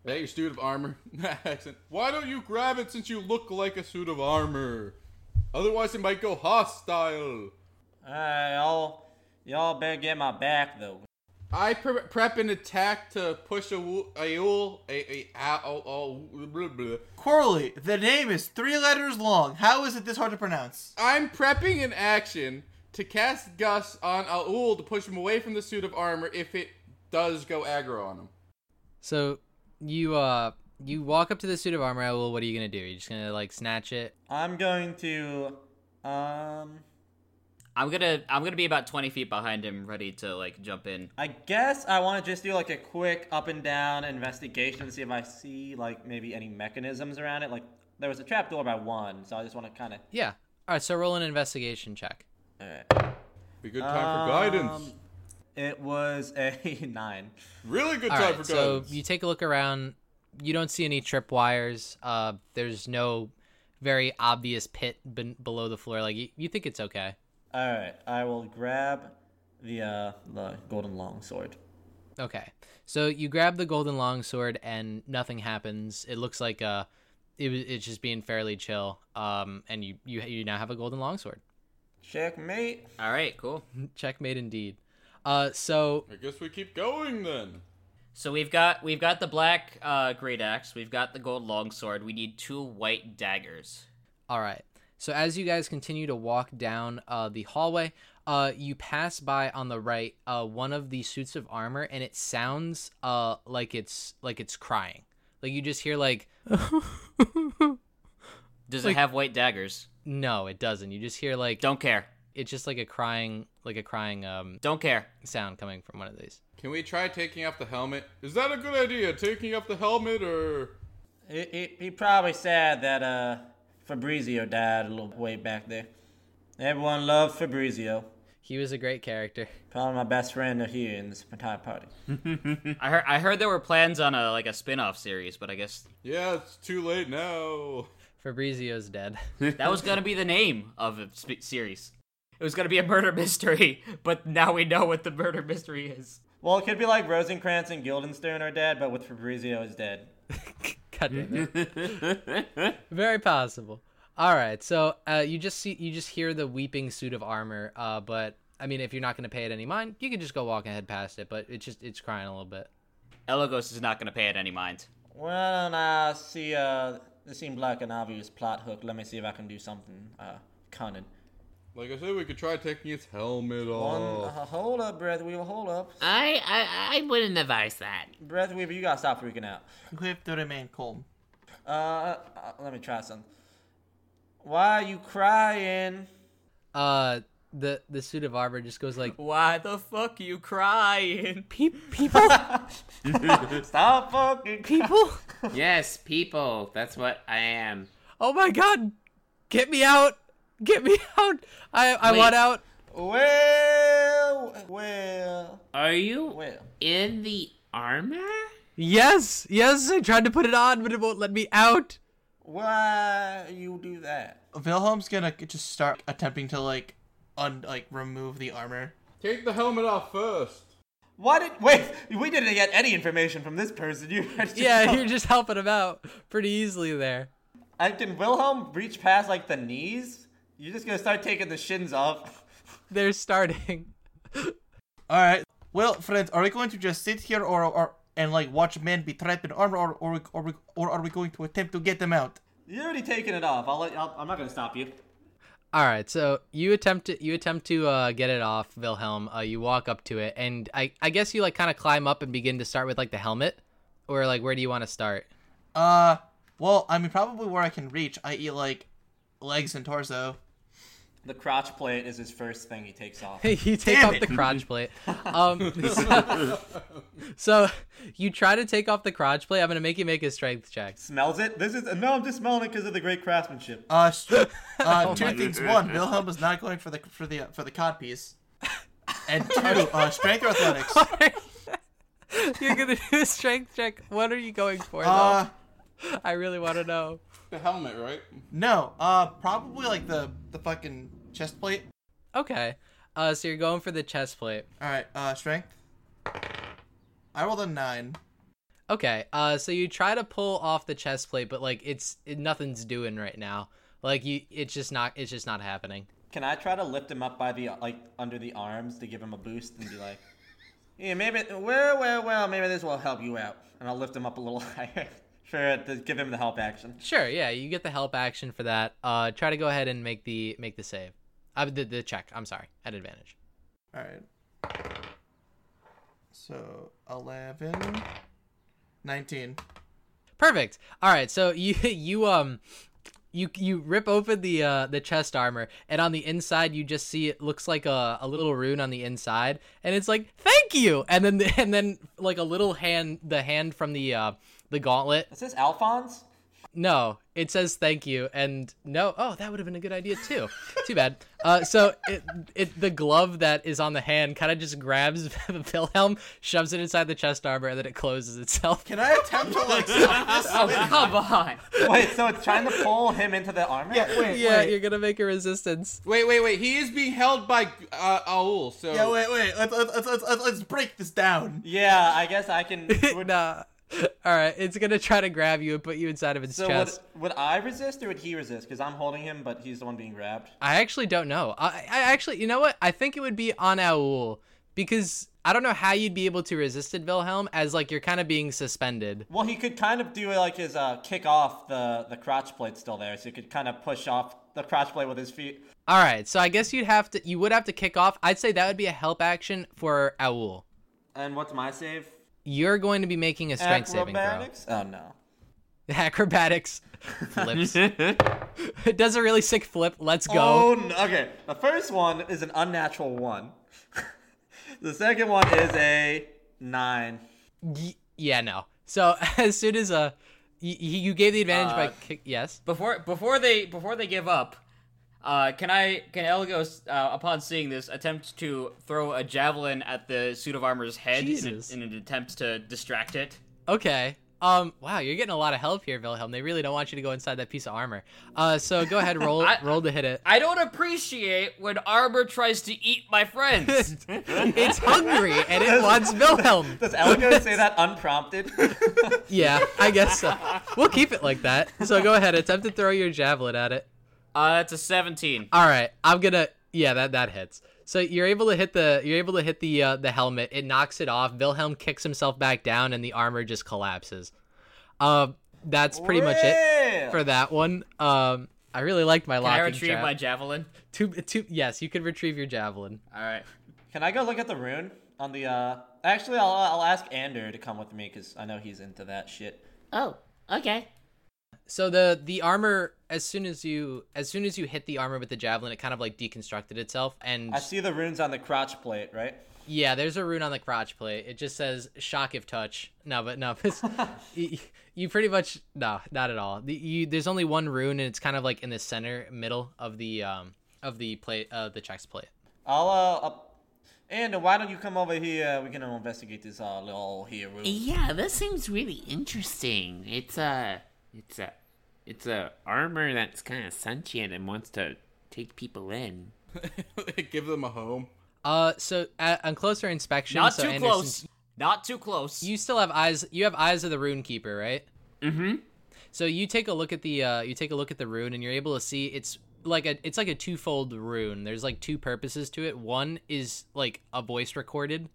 F: That your suit of armor? Accent. Why don't you grab it since you look like a suit of armor? Otherwise, it might go hostile.
E: All right, y'all. Y'all better get my back though.
F: I pre- prep an attack to push a wo- a yule- a a a- oh, oh, blah, blah.
B: Corley, the name is three letters long. How is it this hard to pronounce?
F: I'm prepping an action to cast Gus on Aul to push him away from the suit of armor if it does go aggro on him.
D: So you uh you walk up to the suit of armor, Owl, what are you gonna do? You're just gonna like snatch it?
E: I'm going to, um,
C: I'm gonna I'm gonna be about twenty feet behind him, ready to like jump in.
E: I guess I want to just do like a quick up and down investigation to see if I see like maybe any mechanisms around it. Like there was a trap door by one, so I just want to kind of.
D: Yeah. Alright, so roll an investigation check.
F: Be good time for guidance.
E: It was a nine.
F: Really good
D: All
F: time
D: right,
F: for
D: so
F: guidance.
D: you take a look around. You don't see any tripwires. Uh, there's no very obvious pit ben- below the floor. Like you, you think it's okay.
E: All right, I will grab the uh the golden long sword.
D: Okay, so you grab the golden longsword and nothing happens. It looks like uh, it was it's just being fairly chill. Um, and you you you now have a golden longsword.
E: Checkmate.
C: All right, cool.
D: Checkmate indeed. Uh, so
F: I guess we keep going then.
C: So we've got we've got the black uh, great axe. We've got the gold longsword. We need two white daggers.
D: All right. So as you guys continue to walk down uh, the hallway, uh, you pass by on the right uh, one of the suits of armor, and it sounds uh, like it's like it's crying. Like you just hear like
C: Does it have white daggers?
D: no, it doesn't. You just hear like
C: Don't care.
D: it's just like a crying like a crying um,
C: Don't care.
D: sound coming from one of these.
F: Can we try taking off the helmet? Is that a good idea? Taking off the helmet or
E: He, he, he probably sad that uh, Fabrizio died a little way back there. Everyone loved Fabrizio.
D: He was a great character.
E: Probably my best friend here in this entire party.
C: I heard I heard there were plans on a like a spin-off series, but I guess
F: Yeah, it's too late now.
D: Fabrizio's dead.
C: that was gonna be the name of the sp- series. It was gonna be a murder mystery, but now we know what the murder mystery is.
E: Well, it could be like Rosencrantz and Guildenstern are dead, but with Fabrizio is dead.
D: God damn it. Very possible. All right, so uh, you just see you just hear the weeping suit of armor, uh, but I mean, if you're not going to pay it any mind, you can just go walking ahead past it. But it's just it's crying a little bit.
C: Elagos is not gonna pay it any mind.
E: Well, and I see, uh, this seems like an obvious plot hook. Let me see if I can do something, uh, cunning.
F: Like I said, we could try taking its helmet
E: One, uh,
F: off.
E: hold up, Breathweaver, hold up.
I: I, I I wouldn't advise that.
E: Breathweaver, you gotta stop freaking out.
B: We have to remain calm.
E: Uh, uh, let me try something. Why are you crying?
D: Uh, the the suit of armor just goes like
C: Why the fuck you crying?
D: people,
E: Stop fucking
D: people.
I: Yes, people. That's what I am.
D: Oh my god, get me out, get me out. I I
I: want
D: want out.
E: Well, well,
I: Are you
E: well.
I: in the armor?
D: Yes, yes. I tried to put it on, but it won't let me out.
E: Why you do that?
B: Wilhelm's gonna just start attempting to like un like remove the armor.
F: Take the helmet off first.
E: Why did wait? We didn't get any information from this person. You just-
D: Yeah, you're just helping him out pretty easily there.
E: I can Wilhelm reach past like the knees. You're just gonna start taking the shins off.
D: They're starting.
B: All right. Well, friends, are we going to just sit here or or and like watch men be trapped in armor, or or or, we, or are we going to attempt to get them out?
E: You're already taking it off. I'll let. I'll, I'm not gonna stop you.
D: All right, so you attempt to you attempt to uh, get it off Wilhelm. Uh, you walk up to it, and I, I guess you like kind of climb up and begin to start with like the helmet, or like where do you want to start?
B: Uh, well, I mean probably where I can reach, i.e. like legs and torso.
E: The crotch plate is his first thing he takes off.
D: you take off the crotch plate. Um, so, so you try to take off the crotch plate. I'm gonna make you make a strength check.
E: Smells it. This is no. I'm just smelling it because of the great craftsmanship.
B: Uh, st- uh two things. One, Wilhelm is not going for the for the for the cod piece. And two, uh, strength or athletics.
D: You're gonna do a strength check. What are you going for though?
B: Uh,
D: I really want to know.
F: The helmet, right?
B: no. Uh, probably like the the fucking chest plate.
D: Okay, uh, so you're going for the chest plate.
B: All right. Uh, strength. I rolled a nine.
D: Okay, uh, so you try to pull off the chest plate, but like it's it, nothing's doing right now. Like you, it's just not, it's just not happening.
E: Can I try to lift him up by the like under the arms to give him a boost and be like, yeah, maybe well, well, well, maybe this will help you out, and I'll lift him up a little higher for to give him the help action.
D: Sure, yeah, you get the help action for that. Uh, try to go ahead and make the make the save, uh, the the check. I'm sorry, at advantage.
B: All right. So 11, 19.
D: Perfect. All right, so you you um. You, you rip open the uh, the chest armor and on the inside you just see it looks like a, a little rune on the inside and it's like thank you and then and then like a little hand the hand from the uh, the gauntlet
E: Is this Alphonse?
D: No, it says thank you, and no. Oh, that would have been a good idea too. Too bad. Uh, so it, it the glove that is on the hand kind of just grabs Wilhelm, shoves it inside the chest armor, and then it closes itself.
B: Can I attempt to like stop this?
C: Oh come on!
E: Wait, so it's trying to pull him into the armor?
B: Yeah, wait,
D: yeah,
B: wait.
D: you're gonna make a resistance.
F: Wait, wait, wait. He is being held by uh, Aul, so
B: Yeah, wait, wait. Let's, let's, let's, let's, let's break this down.
E: Yeah, I guess I can.
D: nah, All right, it's gonna try to grab you and put you inside of its
E: So would,
D: chest.
E: would I resist or would he resist? Because I'm holding him, but he's the one being grabbed.
D: I actually don't know. I, I actually, you know what? I think it would be on Aul because I don't know how you'd be able to resist it, Wilhelm, as like you're kind of being suspended.
E: Well, he could kind of do like his uh, kick off the the crotch blade still there, so he could kind of push off the crotch blade with his feet.
D: All right, so I guess you'd have to, you would have to kick off. I'd say that would be a help action for Aul.
E: And what's my save?
D: You're going to be making a strength saving throw.
E: Acrobatics? Oh no.
D: Acrobatics. Flips. it does a really sick flip. Let's go.
E: Oh, no. okay. The first one is an unnatural one. the second one is a nine.
D: Y- yeah, no. So as soon as uh, y- y- you gave the advantage
E: Uh.
D: by kick. Yes.
C: Before before they before they give up, uh, can I can Elgos uh, upon seeing this attempt to throw a javelin at the suit of armor's head in,
D: Jesus.
C: in an attempt to distract it?
D: Okay. Um. Wow, you're getting a lot of help here, Wilhelm. They really don't want you to go inside that piece of armor. Uh. So go ahead, roll,
C: I-
D: roll to hit it.
C: I don't appreciate when armor tries to eat my friends.
D: it's hungry and it wants Wilhelm.
E: Does Elgo say that unprompted?
D: Yeah, I guess so. We'll keep it like that. So go ahead, attempt to throw your javelin at it.
C: uh, that's a seventeen.
D: All right, I'm gonna. Yeah, that that hits. So you're able to hit the you're able to hit the uh, the helmet. It knocks it off. Wilhelm kicks himself back down, and the armor just collapses. Um, that's pretty much it
E: Yeah.
D: for that one. Um, I really liked my
C: Can I
D: locking
C: retrieve
D: trap.
C: my javelin?
D: two, two, yes, you can retrieve your javelin.
C: All right.
E: Can I go look at the rune on the? uh Actually, I'll I'll ask Ander to come with me because I know he's into that shit.
I: Oh, okay.
D: So the the armor as soon as you as soon as you hit the armor with the javelin, it kind of like deconstructed itself, and
E: I see the runes on the crotch plate, right?
D: Yeah, there's a rune on the crotch plate. It just says shock if touch. No, but no, it's, you, you pretty much no, not at all. The, you, there's only one rune, and it's kind of like in the center middle of the um of the plate uh the chest plate.
E: I'll uh. Up... Ander, why don't you come over here? We can uh, investigate this uh, little here rune.
I: Yeah, this seems really interesting.
G: It's a, it's a, it's a armor that's kind of sentient and wants to take people in.
F: Give them a home.
D: Uh, so at, on closer inspection,
C: Not
D: so
C: too
D: Anderson,
C: close. Not too close.
D: You still have eyes. You have eyes of the rune keeper, right? Mm-hmm. So you take a look at the uh, you take a look at the rune, and you're able to see it's like a it's like a twofold rune. There's like two purposes to it. One is like a voice recorded,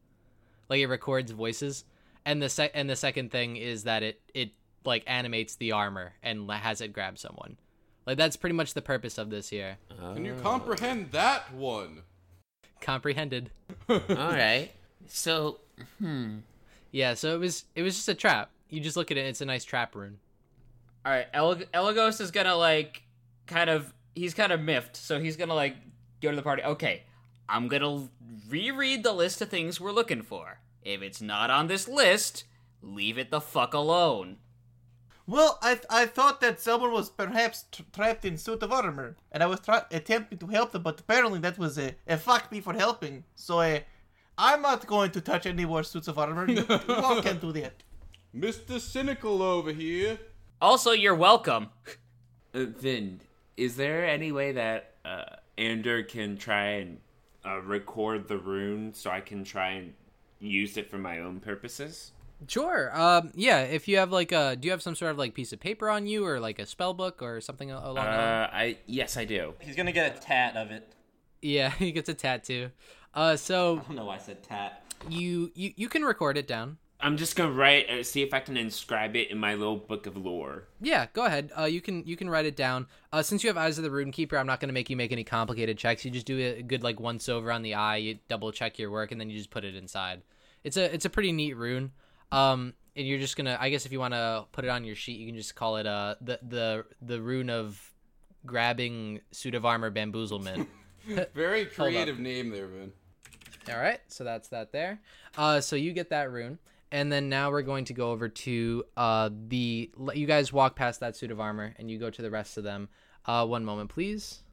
D: like it records voices, and the sec- and the second thing is that it it like animates the armor and la- has it grab someone. Like that's pretty much the purpose of this here.
F: Can you comprehend that one?
D: Comprehended.
G: All right.
I: So,
D: Yeah. So it was it was just a trap. You just look at it. It's a nice trap rune.
C: All right, El- Elagos is gonna like kind of he's kind of miffed, so he's gonna like go to the party. Okay, I'm gonna reread the list of things we're looking for. If it's not on this list, leave it the fuck alone.
B: Well, I, I thought that someone was perhaps t- trapped in suit of armor, and I was try- attempting to help them, but apparently that was a, a fuck me for helping. So I, I'm not going to touch any more suits of armor. You you all can do that.
F: Mr. Cynical over here.
C: Also, you're welcome.
G: Uh, Vind, is there any way that uh, Ander can try and uh, record the rune so I can try and use it for my own purposes?
D: Sure. Um. Yeah. If you have like a, do you have some sort of like piece of paper on you, or like a spell book, or something al- along?
G: Uh,
D: that line?
G: I yes, I do.
E: He's gonna get a tat of it.
D: Yeah. He gets a tattoo. Uh. So
E: I don't know why I said tat.
D: you you you can record it down.
G: I'm just gonna write, uh, see if I can inscribe it in my little book of lore.
D: Yeah. Go ahead. Uh. You can you can write it down. Uh. Since you have eyes of the rune keeper, I'm not gonna make you make any complicated checks. You just do a good like once over on the eye. You double check your work, and then you just put it inside. It's a it's a pretty neat rune. Um. And you're just gonna. I guess if you want to put it on your sheet, you can just call it uh the the the rune of grabbing suit of armor bamboozlement.
F: Very creative name there, Vin.
D: All right, so that's that there. Uh, so you get that rune, and then now we're going to go over to uh, the. You guys walk past that suit of armor, and you go to the rest of them. Uh, one moment, please.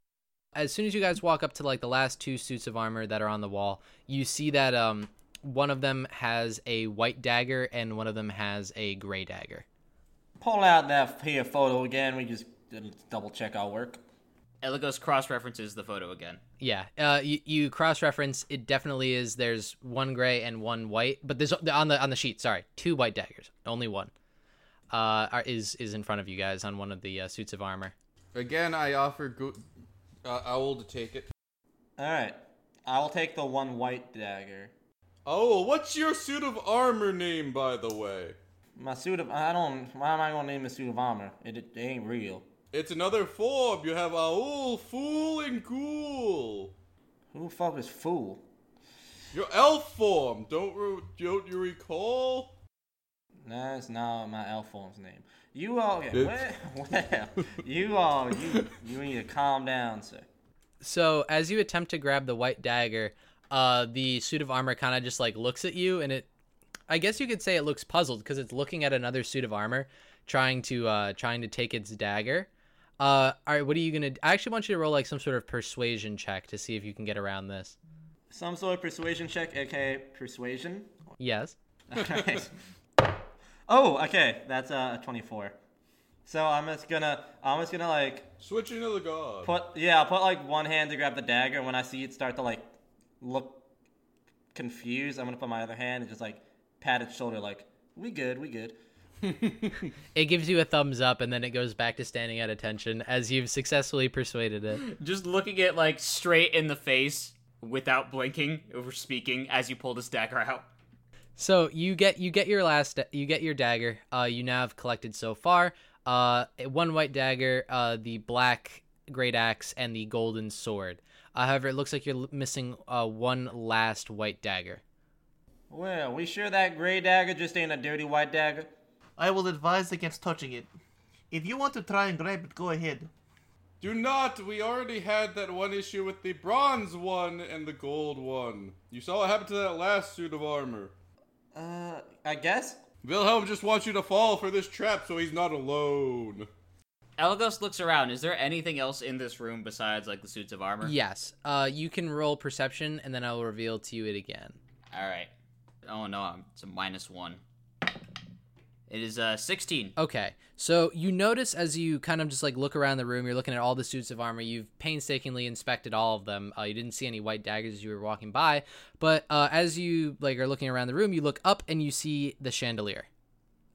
D: As soon as you guys walk up to like the last two suits of armor that are on the wall, you see that um, one of them has a white dagger and one of them has a gray dagger.
E: Pull out that here photo again. We just didn't double check um, our work.
C: Elagos cross references the photo again.
D: Yeah, uh, you, you cross-reference. It definitely is. There's one gray and one white, but there's on the on the sheet. Sorry, two white daggers. Only one uh, are, is is in front of you guys on one of the uh, suits of armor.
F: Again, I offer go- uh, Owl to take it.
E: All right. I will take the one white dagger.
F: Oh, what's your suit of armor name, by the way?
E: My suit of I don't. Why am I gonna name a suit of armor? It, it ain't real.
F: It's another form. You have Owl, Fool, and Ghoul.
E: Who the fuck is fool?
F: Your elf form. Don't, re- don't you recall?
E: That's not my elf form's name. You all, okay,
F: Bitch.
E: what, what the hell? You all, you, you need to calm down, sir.
D: So as you attempt to grab the white dagger, uh, the suit of armor kind of just like looks at you, and it, I guess you could say it looks puzzled because it's looking at another suit of armor, trying to uh, trying to take its dagger. Uh, all right, what are you gonna? I actually want you to roll like some sort of persuasion check to see if you can get around this.
E: Some sort of persuasion check, aka persuasion.
D: Yes.
E: Alright. oh, okay, that's uh, a twenty-four. So I'm just gonna, I'm just gonna like
F: Switch into the god.
E: put, yeah, I'll put like one hand to grab the dagger. and When I see it start to like look confused, I'm gonna put my other hand and just like pat its shoulder, like we good, we good.
D: It gives you a thumbs up, and then it goes back to standing at attention as you've successfully persuaded it.
C: Just looking at like straight in the face without blinking over speaking as you pull this dagger out.
D: So you get you get your last you get your dagger. Uh, you now have collected so far uh, one white dagger, uh, the black great axe, and the golden sword. Uh, however, it looks like you're l- missing uh, one last white dagger.
E: Well, we sure that gray dagger just ain't a dirty white dagger.
B: I will advise against touching it. If you want to try and grab it, go ahead.
F: Do not. We already had that one issue with the bronze one and the gold one. You saw what happened to that last suit of armor.
E: Uh, I guess.
F: Wilhelm just wants you to fall for this trap so he's not alone.
C: Elagos looks around. Is there anything else in this room besides like the suits of armor?
D: Yes. Uh, you can roll perception, and then I will reveal to you it again.
C: All right. Oh no, I'm- it's a minus one. It is uh 16.
D: Okay. So you notice as you kind of just like look around the room, you're looking at all the suits of armor. You've painstakingly inspected all of them. Uh, you didn't see any white daggers as you were walking by, but uh, as you like are looking around the room, you look up and you see the chandelier.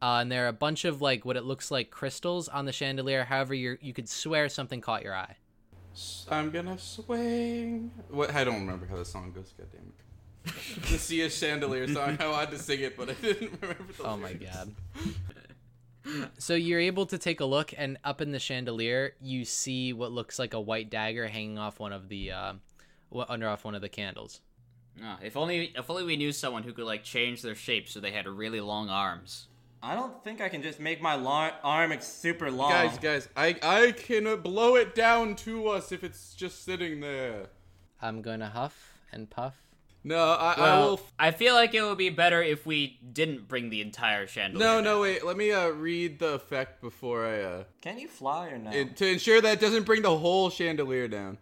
D: Uh, and there are a bunch of like what it looks like crystals on the chandelier. However, you you could swear something caught your eye.
F: I'm gonna swing. What? I don't remember how the song goes. God damn it. the Sea of Chandelier song. I wanted to sing it, but I didn't remember the
D: Oh my god. So you're able to take a look, and up in the chandelier, you see what looks like a white dagger hanging off one of the uh, wa- under off one of the candles.
C: Ah, if only if only we knew someone who could like change their shape so they had really long arms.
E: I don't think I can just make my lar- arm ex- super long.
F: Guys, guys, I I can uh, blow it down to us if it's just sitting there.
D: I'm gonna huff and puff.
F: No, I, I will.
C: Well,
F: F-
C: I feel like it would be better if we didn't bring the entire chandelier.
F: no,
C: down.
F: no, wait. Let me uh, read the effect before I uh
E: Can you fly or no?
D: Oh.
F: in- to ensure that it doesn't bring the whole chandelier down.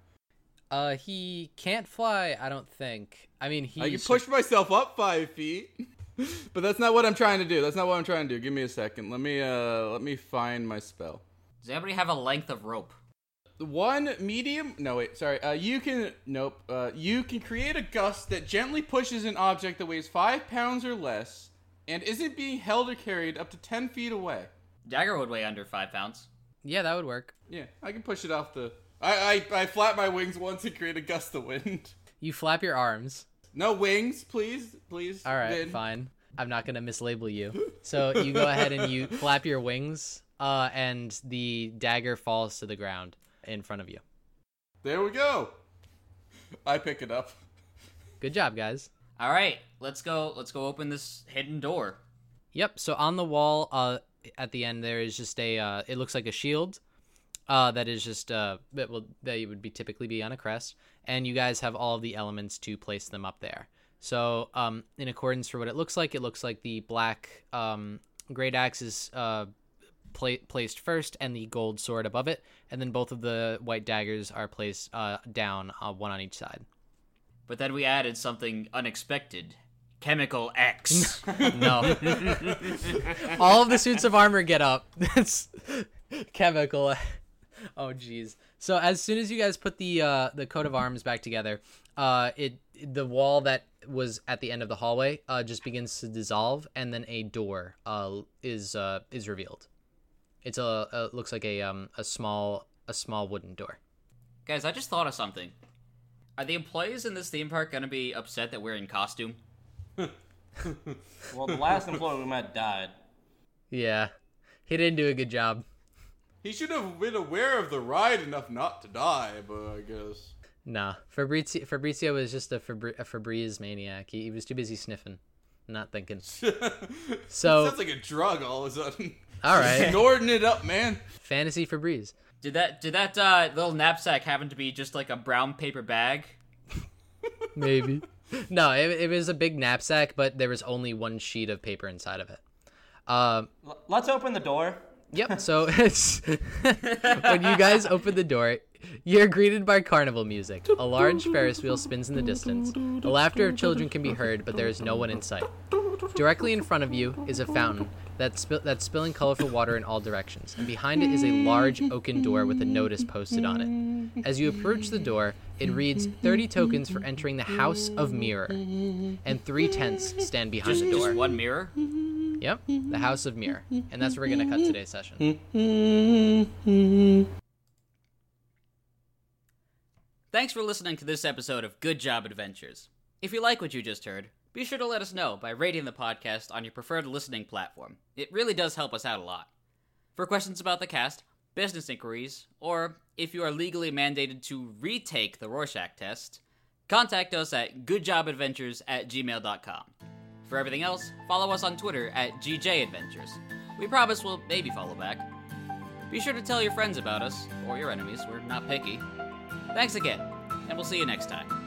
D: Uh, he can't fly. I don't think. I mean, he.
F: I can push myself up five feet, but that's not what I'm trying to do. That's not what I'm trying to do. Give me a second. Let me uh let me find my spell.
C: Does anybody have a length of rope?
F: One medium. No, wait. Sorry. Uh, you can. Nope. Uh, you can create a gust that gently pushes an object that weighs five pounds or less and isn't being held or carried up to ten feet away.
C: Dagger would weigh under five pounds.
D: Yeah, that would work.
F: Yeah, I can push it off the. I I, I flap my wings once and create a gust of wind.
D: You flap your arms.
F: No wings, please, please.
D: All right,
F: Vin.
D: fine. I'm not gonna mislabel you. So you go ahead and you flap your wings, uh, and the dagger falls to the ground in front of you.
F: There we go. I pick it up.
D: Good job, guys.
C: All right, let's go. Let's go open this hidden door.
D: Yep. So on the wall, uh, at the end there is just a. Uh, it looks like a shield. Uh, that is just uh, that will that you would be typically be on a crest, and you guys have all of the elements to place them up there. So, um, in accordance for what it looks like, it looks like the black um, great axe is uh, pla- placed first, and the gold sword above it, and then both of the white daggers are placed uh, down, uh, one on each side.
C: But then we added something unexpected. Chemical X.
D: No. All of the suits of armor get up. That's chemical. Oh, jeez. So as soon as you guys put the uh, the coat of arms back together, uh, it the wall that was at the end of the hallway uh, just begins to dissolve, and then a door uh, is uh, is revealed. It's a, a looks like a um, a small a small wooden door.
C: Guys, I just thought of something. Are the employees in this theme park gonna be upset that we're in costume?
E: Well, the last employee we met died.
D: Yeah, he didn't do a good job.
F: He should have been aware of the ride enough not to die, but I guess.
D: Nah, Fabrizio Fabrizio was just a, Fabri- a Febreze maniac. He, he was too busy sniffing, not thinking. So
F: Sounds like a drug all of a sudden.
D: all right,
F: Snorting it up, man.
D: fantasy Febreze.
C: Did that did that uh, little knapsack happen to be just like a brown paper bag?
D: maybe. No, it, it was a big knapsack, but there was only one sheet of paper inside of it. Um,
E: L- let's open the door.
D: yep. So it's when you guys open the door, you're greeted by carnival music. A large Ferris wheel spins in the distance. The laughter of children can be heard, but there is no one in sight. Directly in front of you is a fountain that's, spi- that's spilling colorful water in all directions, and behind it is a large oaken door with a notice posted on it. As you approach the door, it reads 30 tokens for entering the House of Mirror, and three tents stand behind
C: Just,
D: the door.
C: just one mirror?
D: Yep, the House of Mirror. And that's where we're going to cut today's session.
C: Thanks for listening to this episode of Good Job Adventures. If you like what you just heard, be sure to let us know by rating the podcast on your preferred listening platform. It really does help us out a lot. For questions about the cast, business inquiries, or if you are legally mandated to retake the Rorschach test, contact us at goodjobadventures at gmail.com. For everything else, follow us on Twitter at GJAdventures. We promise we'll maybe follow back. Be sure to tell your friends about us, or your enemies, we're not picky. Thanks again, and we'll see you next time.